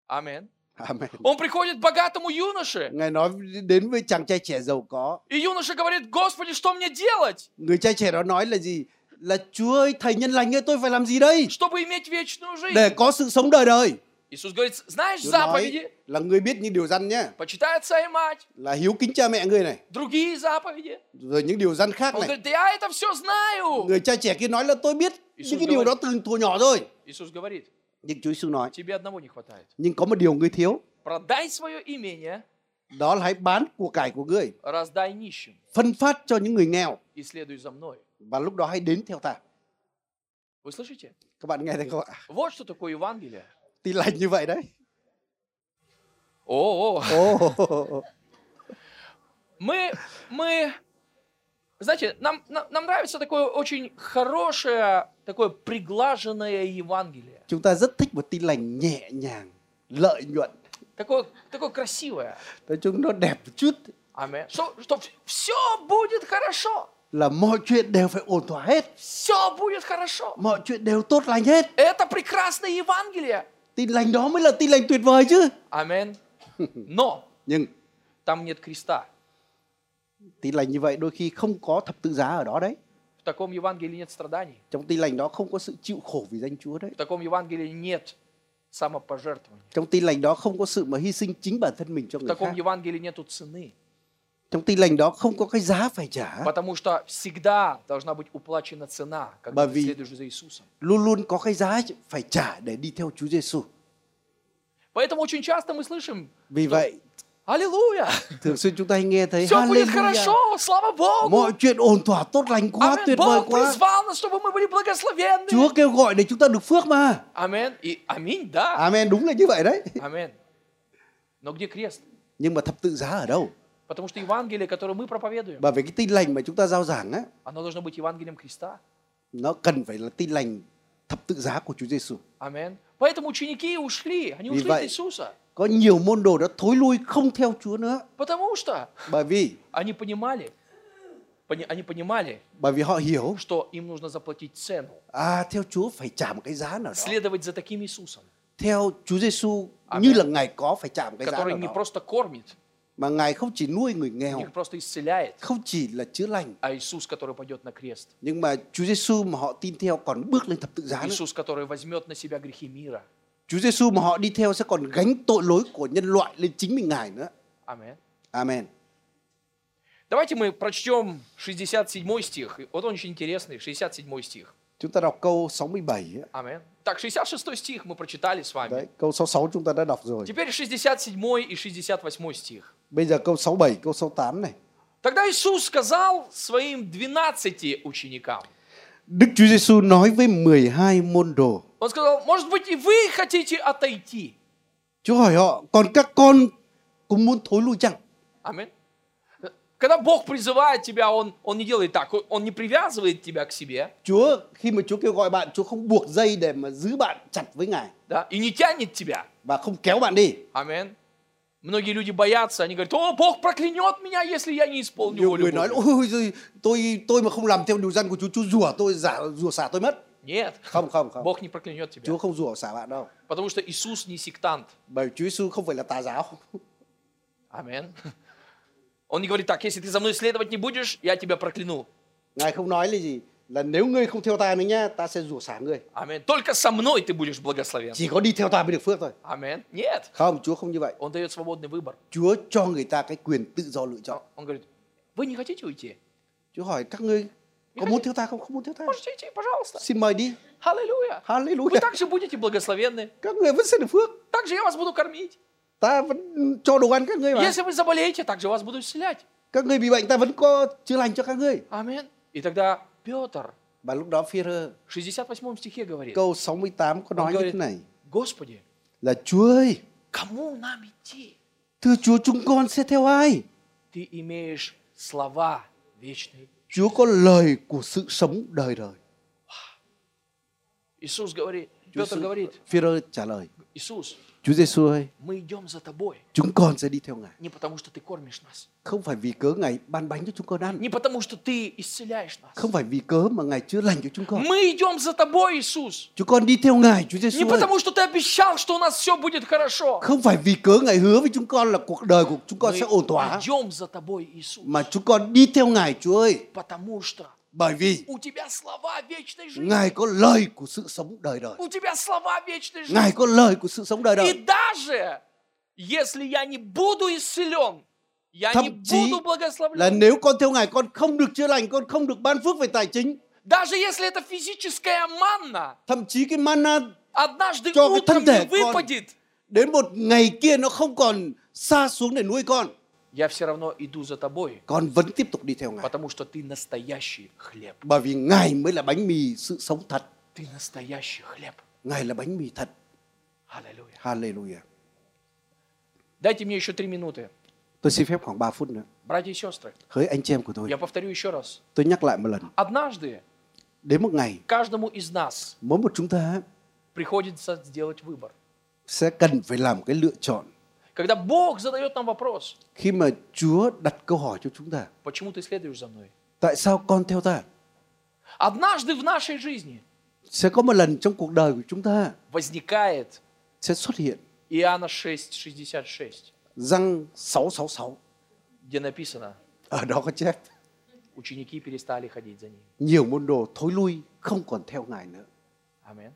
S1: Амин.
S2: Amen.
S1: Он приходит к богатому юноше,
S2: Ngài nói đến với chàng trai trẻ giàu có.
S1: и юноша говорит, Господи, что мне делать,
S2: Người trai trẻ đó nói là gì? Là Chúa ơi, thầy nhân lành ơi, tôi phải làm gì đây?
S1: чтобы иметь вечную
S2: Để
S1: жизнь?
S2: có sự sống đời đời.
S1: Иисус говорит, знаешь
S2: Chúa nói
S1: заповеди?
S2: là người biết những điều răn nhé.
S1: Почитай отца и мать,
S2: Là hiếu kính cha mẹ người này.
S1: другие заповеди.
S2: Rồi những điều răn khác
S1: Он
S2: này.
S1: говорит, да я это все знаю.
S2: Người trai trẻ kia nói là tôi biết những cái điều đó từ thuở nhỏ rồi.
S1: Иисус говорит,
S2: Nhưng Chúa Giêsu nói,
S1: тебе одного не хватает.
S2: nhưng có một điều ngươi thiếu.
S1: Продай свое имение,
S2: Đó là hãy bán của cải của ngươi.
S1: раздай нищим
S2: Phân phát cho những người nghèo.
S1: и следуй за мной.
S2: Và lúc đó hãy đến theo ta.
S1: Вы слышите?
S2: Các bạn nghe thấy không ạ?
S1: Вот что такое Евангелие.
S2: Tin lành như vậy đấy.
S1: О, о,
S2: Ồ,
S1: Мы, мы, знаете, нам, нам, нам нравится такое очень хорошее, такое приглаженное Евангелие.
S2: chúng ta rất thích một tin lành nhẹ nhàng, lợi nhuận.
S1: Такое, такое красивое.
S2: Nói chung nó đẹp một chút
S1: Аминь. Что, что все будет хорошо.
S2: là mọi chuyện đều phải ổn thỏa hết.
S1: Все будет хорошо.
S2: Mọi chuyện đều tốt lành hết.
S1: Это прекрасное Евангелие.
S2: Tin lành đó mới là tin lành tuyệt vời chứ.
S1: Аминь. Но
S2: Nhưng
S1: там нет креста.
S2: tin lành như vậy đôi khi không có thập tự giá ở đó đấy.
S1: В таком Евангелии нет страданий.
S2: Trong tin lành đó không có sự chịu khổ vì danh Chúa đấy.
S1: В таком Евангелии нет самопожертвования.
S2: Trong tin lành đó không có sự mà hy sinh chính bản thân mình cho
S1: В
S2: người khác.
S1: таком Евангелии нету цены.
S2: Trong tin lành đó không có cái giá phải trả.
S1: Потому что всегда должна быть уплачена цена, когда
S2: Бави.
S1: ты следуешь за Иисусом.
S2: Luôn luôn có cái giá phải trả để đi theo Chúa Giêsu.
S1: Поэтому очень часто мы слышим
S2: Vì vậy,
S1: «Аллилуйя!
S2: thường xuyên chúng ta hay nghe thấy
S1: Все будет
S2: Hallelujah.
S1: хорошо! Слава Богу!
S2: Mọi chuyện ổn thỏa tốt lành quá,
S1: Амин!
S2: tuyệt vời
S1: Бог
S2: quá.
S1: призвал нас, чтобы мы были благословенны!»
S2: Chúa kêu gọi để chúng ta được phước mà.
S1: Амин! И аминь, да!
S2: Amen, đúng là như vậy đấy.
S1: Амин! Но где крест?
S2: Nhưng mà thập tự giá ở đâu?
S1: Потому что Евангелие, которое мы проповедуем,
S2: Bởi vì cái tin lành mà chúng ta giao giảng á,
S1: оно должно быть Евангелием Христа.
S2: nó cần phải là tin lành thập tự giá của Chúa Giêsu.
S1: Амин. Поэтому ученики ушли, они
S2: Vì
S1: ушли от
S2: vậy-
S1: Иисуса,
S2: Có nhiều môn đồ đã thối lui không theo Chúa nữa,
S1: потому что
S2: bởi vì
S1: они понимали, пони- они понимали,
S2: bởi vì họ hiểu
S1: что им нужно заплатить цену,
S2: à theo Chúa phải trả một cái giá nào đó.
S1: следовать за таким Иисусом,
S2: Theo Chúa Giêsu
S1: Amen.
S2: như là ngài có phải trả một cái giá
S1: который
S2: nào
S1: не
S2: đó.
S1: просто кормит,
S2: Mà ngài không chỉ nuôi người nghèo,
S1: не просто исцеляет,
S2: không chỉ là chữa lành,
S1: а Иисус, который пойдет на крест,
S2: nhưng mà Chúa Giêsu mà họ tin theo còn bước lên thập tự giá nữa.
S1: Иисус, который возьмет на себя грехи мира.
S2: Chúa Giêsu mà họ đi theo sẽ còn gánh tội lỗi của nhân loại lên chính mình ngài nữa.
S1: Амин.
S2: Amen.
S1: Давайте мы прочтем 67 стих. И Вот он очень интересный, 67 стих.
S2: Chúng ta đọc câu 67 ấy.
S1: Амин. Так, 66 стих мы прочитали с вами.
S2: Đấy, câu 66 chúng ta đã đọc rồi.
S1: Теперь 67 и 68 стих.
S2: Bây giờ câu 67, câu 68 này.
S1: Тогда Иисус сказал своим 12 ученикам.
S2: Đức Chúa Giêsu nói với 12 môn đồ.
S1: Он сказал, может быть, и вы хотите отойти.
S2: Chúa hỏi họ, còn các con cũng muốn thối lui chăng?
S1: Аминь. Когда Бог призывает тебя, он, он не делает так, Он не привязывает тебя к себе,
S2: Chúa khi mà Chúa kêu gọi bạn, Chúa không buộc dây để mà giữ bạn chặt với Ngài
S1: да, и не тянет тебя.
S2: và không kéo bạn đi.
S1: Аминь. Многие люди боятся, они говорят, о, Бог проклянет меня, если я не исполню
S2: Nhiều
S1: волю
S2: người nói
S1: Божью».
S2: ôi giời, tôi tôi mà không làm theo điều răn của Chúa, Chúa rủa tôi giả rủa xả tôi mất.
S1: Нет,
S2: Không không không.
S1: Бог не проклянет тебя,
S2: Chúa không rủa xả bạn đâu.
S1: потому что Иисус не сектант.
S2: Bởi Chúa Giêsu không phải là tà giáo.
S1: Аминь. Он не говорит так, если ты за мной следовать не будешь, я тебя прокляну.
S2: Ngài không nói là gì? Là nếu ngươi không theo ta nữa nhá, ta sẽ rủa xả ngươi.
S1: Аминь. Только со мной ты будешь благословен.
S2: Chỉ có đi theo ta mới được phước thôi.
S1: Аминь. Нет.
S2: Không, Chúa không như vậy.
S1: Он дает свободный выбор.
S2: Chúa cho người ta cái quyền tự do lựa chọn.
S1: А Он говорит, вы не хотите уйти?
S2: Chúa hỏi các ngươi có muốn theo ta không? Không muốn theo ta.
S1: Можете идти, пожалуйста.
S2: Xin mời đi.
S1: Аллилуйя. Вы
S2: Hallelujah.
S1: также будете благословенны.
S2: Các người vẫn sẽ được phước.
S1: Также я вас буду кормить.
S2: Ta vẫn cho đồ ăn các ngươi mà.
S1: Если вы заболеете, также вас буду исцелять.
S2: Các ngươi bị bệnh ta vẫn có chữa lành cho các ngươi.
S1: Аминь. И тогда Петр
S2: Và lúc đó Phi-rơ
S1: в 68 стихе говорит,
S2: câu 68 có nói như
S1: говорит,
S2: thế này
S1: Господи,
S2: là Chúa ơi,
S1: кому нам идти?
S2: thưa Chúa chúng con sẽ theo ai?
S1: Ты имеешь слова вечные.
S2: Chúa có lời của sự sống đời đời.
S1: Иисус говорит,
S2: Chúa
S1: Петр говорит,
S2: Phi-rơ trả lời,
S1: Иисус,
S2: Chúa Giêsu ơi,
S1: мы идем за тобой
S2: chúng con sẽ đi theo Ngài.
S1: не потому, что ты кормишь нас,
S2: Không phải vì cớ Ngài ban bánh cho chúng con ăn,
S1: не потому, что ты исцеляешь нас.
S2: không phải vì cớ mà Ngài chữa lành cho chúng con.
S1: Мы идем за тобой, Иисус.
S2: Chúng con đi theo Ngài, Chúa
S1: Не
S2: Giêsu ơi.
S1: потому, что ты обещал, что у нас все будет хорошо.
S2: Không phải vì cớ Ngài hứa với chúng con là cuộc đời của chúng con
S1: Мы
S2: sẽ ổn thỏa,
S1: идем за тобой, Иисус.
S2: mà chúng con đi theo Ngài, Chúa ơi,
S1: Потому что
S2: bởi vì
S1: у тебя слова вечной жизни.
S2: Ngài có lời của sự sống đời đời.
S1: У тебя слова вечной жизни.
S2: Ngài có lời của sự sống đời
S1: И
S2: đời.
S1: даже если я не буду исцелен, я
S2: Thậm
S1: не
S2: chí
S1: буду
S2: Là
S1: благословлен.
S2: nếu con theo Ngài, con không được chữa lành, con không được ban phước về tài chính,
S1: Даже если это физическая манна,
S2: thậm chí cái mana
S1: однажды
S2: Cho cái
S1: утром
S2: thân thể
S1: не
S2: con-
S1: выпадет.
S2: đến một ngày kia nó không còn xa xuống để nuôi con,
S1: Я все равно иду за тобой,
S2: con vẫn tiếp tục đi theo Ngài.
S1: потому что ты настоящий хлеб.
S2: Bởi vì Ngài mới là bánh mì sự sống thật,
S1: Ты настоящий хлеб.
S2: Ngài là bánh mì thật.
S1: Аллилуйя.
S2: Hallelujah.
S1: Дайте мне еще три минуты.
S2: Tôi xin phép khoảng 3 phút nữa.
S1: Братья и сестры,
S2: Hỡi anh chị em của tôi,
S1: я повторю еще раз.
S2: tôi nhắc lại một lần.
S1: Однажды
S2: Đến một ngày,
S1: каждому из нас
S2: mỗi một chúng ta
S1: приходится сделать выбор.
S2: sẽ cần phải làm cái lựa chọn.
S1: Когда Бог задает нам вопрос,
S2: Khi mà Chúa đặt câu hỏi cho chúng ta,
S1: почему ты следуешь за мной?
S2: tại sao con theo ta?
S1: Однажды в нашей жизни
S2: Sẽ có một lần trong cuộc đời của chúng ta
S1: возникает
S2: sẽ xuất hiện
S1: Иоанна 6,66,
S2: răng 666.
S1: где написано,
S2: Ở đó có chép
S1: ученики перестали ходить за ним.
S2: Nhiều môn đồ thối lui, không còn theo Ngài nữa.
S1: Аминь.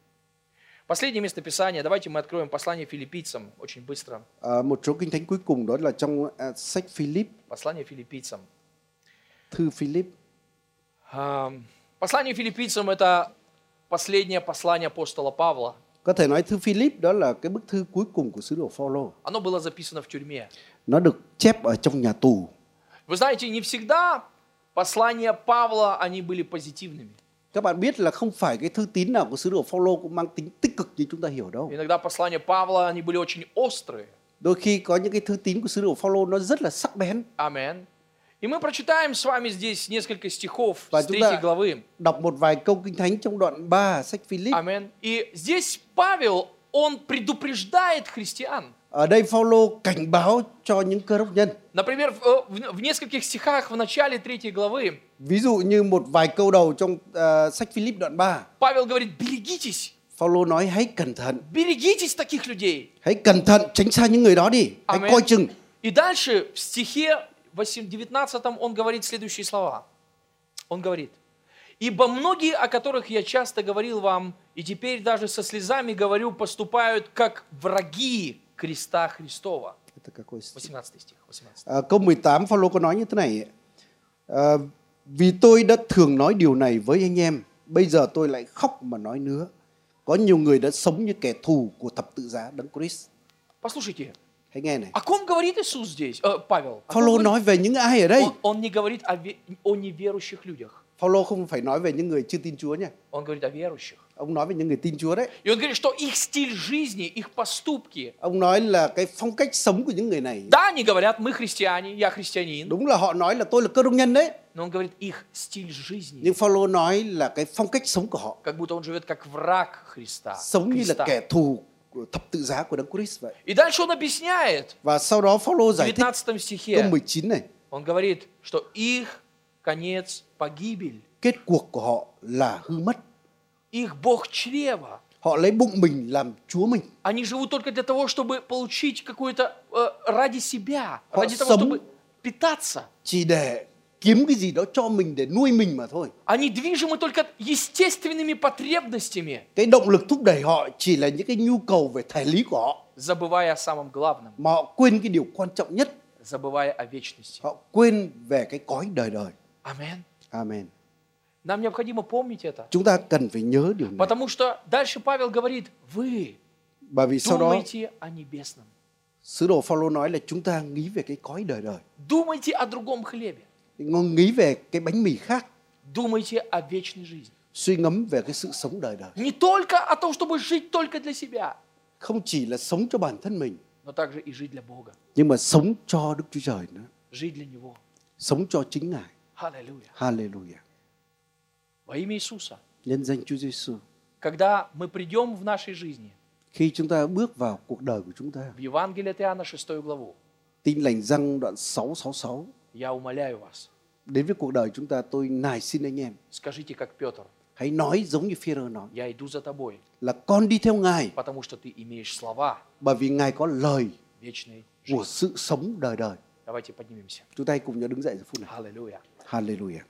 S1: Последнее место Писания. Давайте мы откроем послание филиппийцам очень быстро.
S2: À, một số kinh thánh cuối cùng đó là trong à, sách Philip,
S1: Послание филиппийцам.
S2: thư Philip.
S1: Ам, Послание филиппийцам – это последнее послание апостола Павла.
S2: Có thể nói thư Philip đó là cái bức thư cuối cùng của sứ đồ Phaolô.
S1: Оно было записано в тюрьме.
S2: Nó được chép ở trong nhà tù.
S1: Вы знаете, не всегда послания Павла, они были позитивными.
S2: Các bạn biết là không phải cái thư tín nào của sứ đồ Phaolô cũng mang tính tích cực như chúng ta hiểu đâu.
S1: Иногда послания Павла, они были очень острые.
S2: Đôi khi có những cái thư tín của sứ đồ Phaolô nó rất là sắc bén.
S1: Амен. И мы прочитаем с вами здесь несколько стихов
S2: Và
S1: с
S2: chúng
S1: третьей
S2: ta
S1: главы.
S2: đọc một vài câu kinh thánh trong đoạn 3 sách Philip.
S1: Амен. И здесь Павел, он предупреждает христиан.
S2: Ở đây Phaolô cảnh báo cho những cơ đốc nhân.
S1: Например, в, э, в- в нескольких стихах в начале третьей главы
S2: Ví dụ như một vài câu đầu trong ờ, sách Philip đoạn 3,
S1: Павел говорит, берегитесь,
S2: Phaolô nói hãy cẩn thận,
S1: берегитесь таких людей.
S2: hãy cẩn thận tránh xa những người đó đi, hãy
S1: Amen.
S2: coi chừng.
S1: И дальше в стихе 8, 19 он говорит следующие слова. Он говорит, «Ибо многие, о которых я часто говорил вам, и теперь даже со слезами говорю, поступают как враги креста Христова».
S2: Это какой стих?
S1: 18 стих, 18.
S2: À, câu 18 Phaolô có nói như thế này à, vì tôi đã thường nói điều này với anh em bây giờ tôi lại khóc mà nói nữa có nhiều người đã sống như kẻ thù của thập tự giá đấng Christ
S1: Послушайте,
S2: hãy nghe này
S1: о ком говорит Иисус здесь, э, Павел? О ком
S2: Phaolô
S1: говорит?
S2: nói về những ai ở đây
S1: Он, он не говорит о, ве- о неверующих людях,
S2: Phaolô không phải nói về những người chưa tin Chúa nha
S1: он говорит о верующих.
S2: ông nói về những người tin Chúa đấy
S1: И он говорит, что их стиль жизни, их поступки,
S2: ông nói là cái phong cách sống của những người này
S1: да, они говорят, мы христиане, я христианин,
S2: đúng là họ nói là tôi là cơ đốc nhân đấy
S1: Но он говорит их стиль жизни,
S2: nhưng Phaolô nói là cái phong cách sống của họ
S1: как будто он живет как враг Христа.
S2: sống như là
S1: Христа.
S2: kẻ thù của thập tự giá của đấng Christ vậy
S1: И дальше он объясняет
S2: và sau đó Phaolô
S1: в
S2: giải thích
S1: 19
S2: câu
S1: стихе.
S2: 19 này
S1: Он говорит, что их конец погибель,
S2: kết cuộc của họ là hư mất
S1: их Бог чрева.
S2: họ lấy bụng mình làm chúa mình
S1: Они живут только для того, чтобы получить какое-то э, ради себя,
S2: Họ
S1: ради того,
S2: sống-
S1: чтобы питаться.
S2: chỉ để kiếm cái gì đó cho mình để nuôi mình mà thôi
S1: Они движимы только естественными потребностями,
S2: cái động lực thúc đẩy họ chỉ là những cái nhu cầu về thể lý của họ
S1: забывая о самом главном,
S2: mà họ quên cái điều quan trọng nhất
S1: забывая о вечности.
S2: họ quên về cái cõi đời đời
S1: Амен.
S2: amen
S1: Нам необходимо помнить это.
S2: chúng ta cần phải nhớ điều này
S1: Потому что дальше Павел говорит, вы
S2: bởi vì sau đó
S1: думайте о небесном,
S2: sứ đồ Phaolô nói là chúng ta nghĩ về cái cõi đời đời
S1: думайте о другом хлебе,
S2: nghĩ về cái bánh mì khác
S1: думайте о вечной жизни.
S2: suy ngẫm về cái sự sống đời đời
S1: Не только о том, чтобы жить только для себя,
S2: không chỉ là sống cho bản thân mình
S1: но также и жить для Бога,
S2: nhưng mà sống cho Đức Chúa Trời nữa
S1: жить для Него.
S2: sống cho chính Ngài.
S1: Аллилуйя.
S2: Hallelujah.
S1: Во имя Иисуса.
S2: Nhân danh Chúa Giêsu.
S1: Когда мы придем в нашей жизни
S2: Khi chúng ta bước vào cuộc đời của chúng ta,
S1: в Евангелие от Иоанна 6 главу,
S2: tin lành răng đoạn 666
S1: я умоляю вас,
S2: đến với cuộc đời chúng ta, tôi nài xin anh em
S1: скажите, как Петр,
S2: hãy nói giống như Phêrô nói
S1: я иду за тобой,
S2: là con đi theo Ngài
S1: потому что ты имеешь слова
S2: bởi vì Ngài có lời
S1: вечной жизни.
S2: của sự sống đời đời.
S1: Давайте поднимемся.
S2: Chúng ta hãy cùng nhau đứng dậy giờ phút này.
S1: Аллилуйя.
S2: Hallelujah.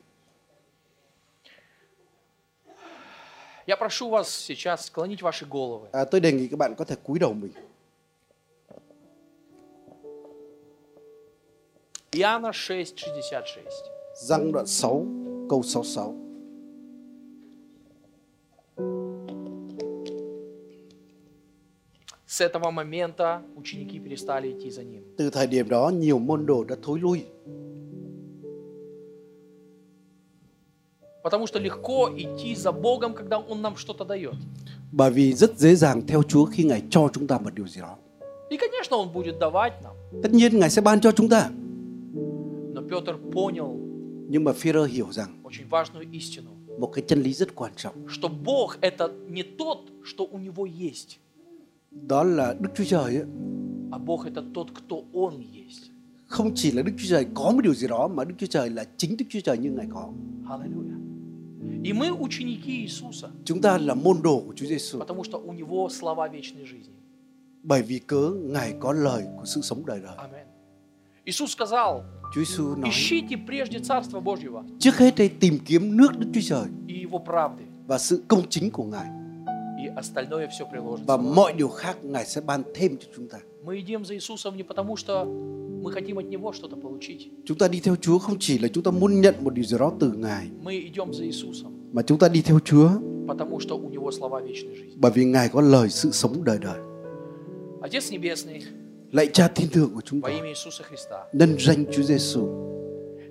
S1: Я прошу вас сейчас склонить ваши головы.
S2: À, tôi đề nghị các bạn có thể cúi đầu mình.
S1: Иоанна 6, 66.
S2: Răng đoạn 6 câu 66.
S1: С этого момента ученики перестали идти за ним.
S2: Từ thời điểm đó nhiều môn đồ đã thối lui
S1: Потому что легко идти за Богом, когда Он нам что-то дает.
S2: bởi vì rất dễ dàng theo Chúa khi Ngài cho chúng ta một điều gì đó.
S1: И, конечно, Он будет давать нам.
S2: Tất nhiên Ngài sẽ ban cho chúng ta.
S1: Но Петр понял
S2: Nhưng mà Führer hiểu rằng
S1: очень важную истину,
S2: một cái chân lý rất quan trọng,
S1: что Бог – это не тот, что у него есть,
S2: đó là Đức Chúa Trời ấy,
S1: а Бог – это тот, кто Он есть.
S2: không chỉ là Đức Chúa Trời có một điều gì đó mà Đức Chúa Trời là chính Đức Chúa Trời như Ngài có.
S1: Аллилуйя. И мы ученики Иисуса,
S2: Chúng ta là môn đồ của Chúa Giêsu
S1: потому что у Него слова вечной жизни.
S2: bởi vì cớ Ngài có lời của sự sống đời đời.
S1: Аминь. Иисус сказал,
S2: Chúa Giêsu nói
S1: Ищите прежде Царство Божьего
S2: trước hết hãy tìm kiếm nước Đức Chúa Trời
S1: и Его правды,
S2: và sự công chính của Ngài
S1: и остальное все
S2: và
S1: приложится.
S2: mọi điều khác Ngài sẽ ban thêm cho chúng ta.
S1: Мы идем за Иисусом не потому, что мы хотим от Него что-то получить.
S2: Chúng ta đi theo Chúa không chỉ là chúng ta muốn nhận một điều gì đó từ Ngài
S1: Мы идем за Иисусом,
S2: mà chúng ta đi theo Chúa
S1: потому что у Него слова вечной жизни.
S2: bởi vì Ngài có lời sự sống đời đời.
S1: Отец Небесный,
S2: Lạy Cha thiên thượng của chúng
S1: во
S2: ta,
S1: имя Иисуса Христа,
S2: nhân danh Chúa Giêsu.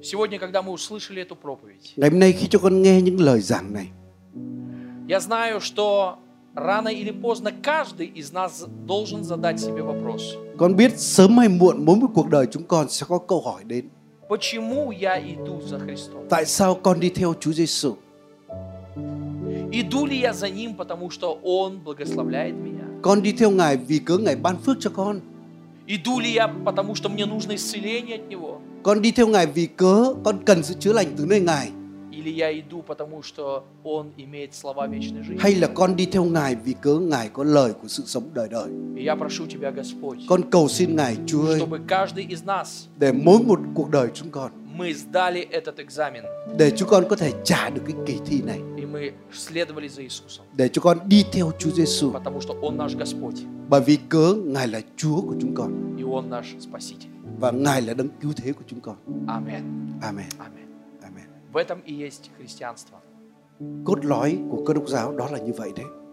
S1: сегодня, когда мы услышали эту проповедь,
S2: Ngày hôm nay khi cho con nghe những lời giảng này,
S1: я знаю, что рано или поздно каждый из нас должен задать себе вопрос.
S2: con biết sớm hay muộn mỗi một cuộc đời chúng con sẽ có câu hỏi đến
S1: Почему я иду за Христом?
S2: tại sao con đi theo Chúa Giêsu?
S1: Иду ли я за Ним, потому что Он благословляет меня?
S2: Con đi theo Ngài vì cớ Ngài ban phước cho con.
S1: Иду ли я, потому что мне нужно исцеление от Него?
S2: Con đi theo Ngài vì cớ con cần sự chữa lành từ nơi Ngài
S1: Или я иду, потому что Он имеет слова вечной жизни?
S2: hay là con đi theo Ngài vì cớ Ngài có lời của sự sống đời đời.
S1: И я прошу Тебя, Господь,
S2: Con cầu xin Ngài Chúa ơi
S1: чтобы каждый из нас,
S2: để mỗi một cuộc đời chúng con
S1: мы сдали этот экзамен,
S2: để chúng con có thể trả được cái kỳ thi này
S1: и мы следовали за Иисусом,
S2: để cho con đi theo Chúa Giêsu
S1: потому что Он наш Господь,
S2: bởi vì cớ Ngài là Chúa của chúng con
S1: и Он наш Спаситель.
S2: và Ngài là đấng cứu thế của chúng con.
S1: Аминь.
S2: Amen.
S1: Аминь.
S2: Amen.
S1: В этом и есть христианство.
S2: Cốt lõi của cơ đốc giáo đó là như vậy đấy.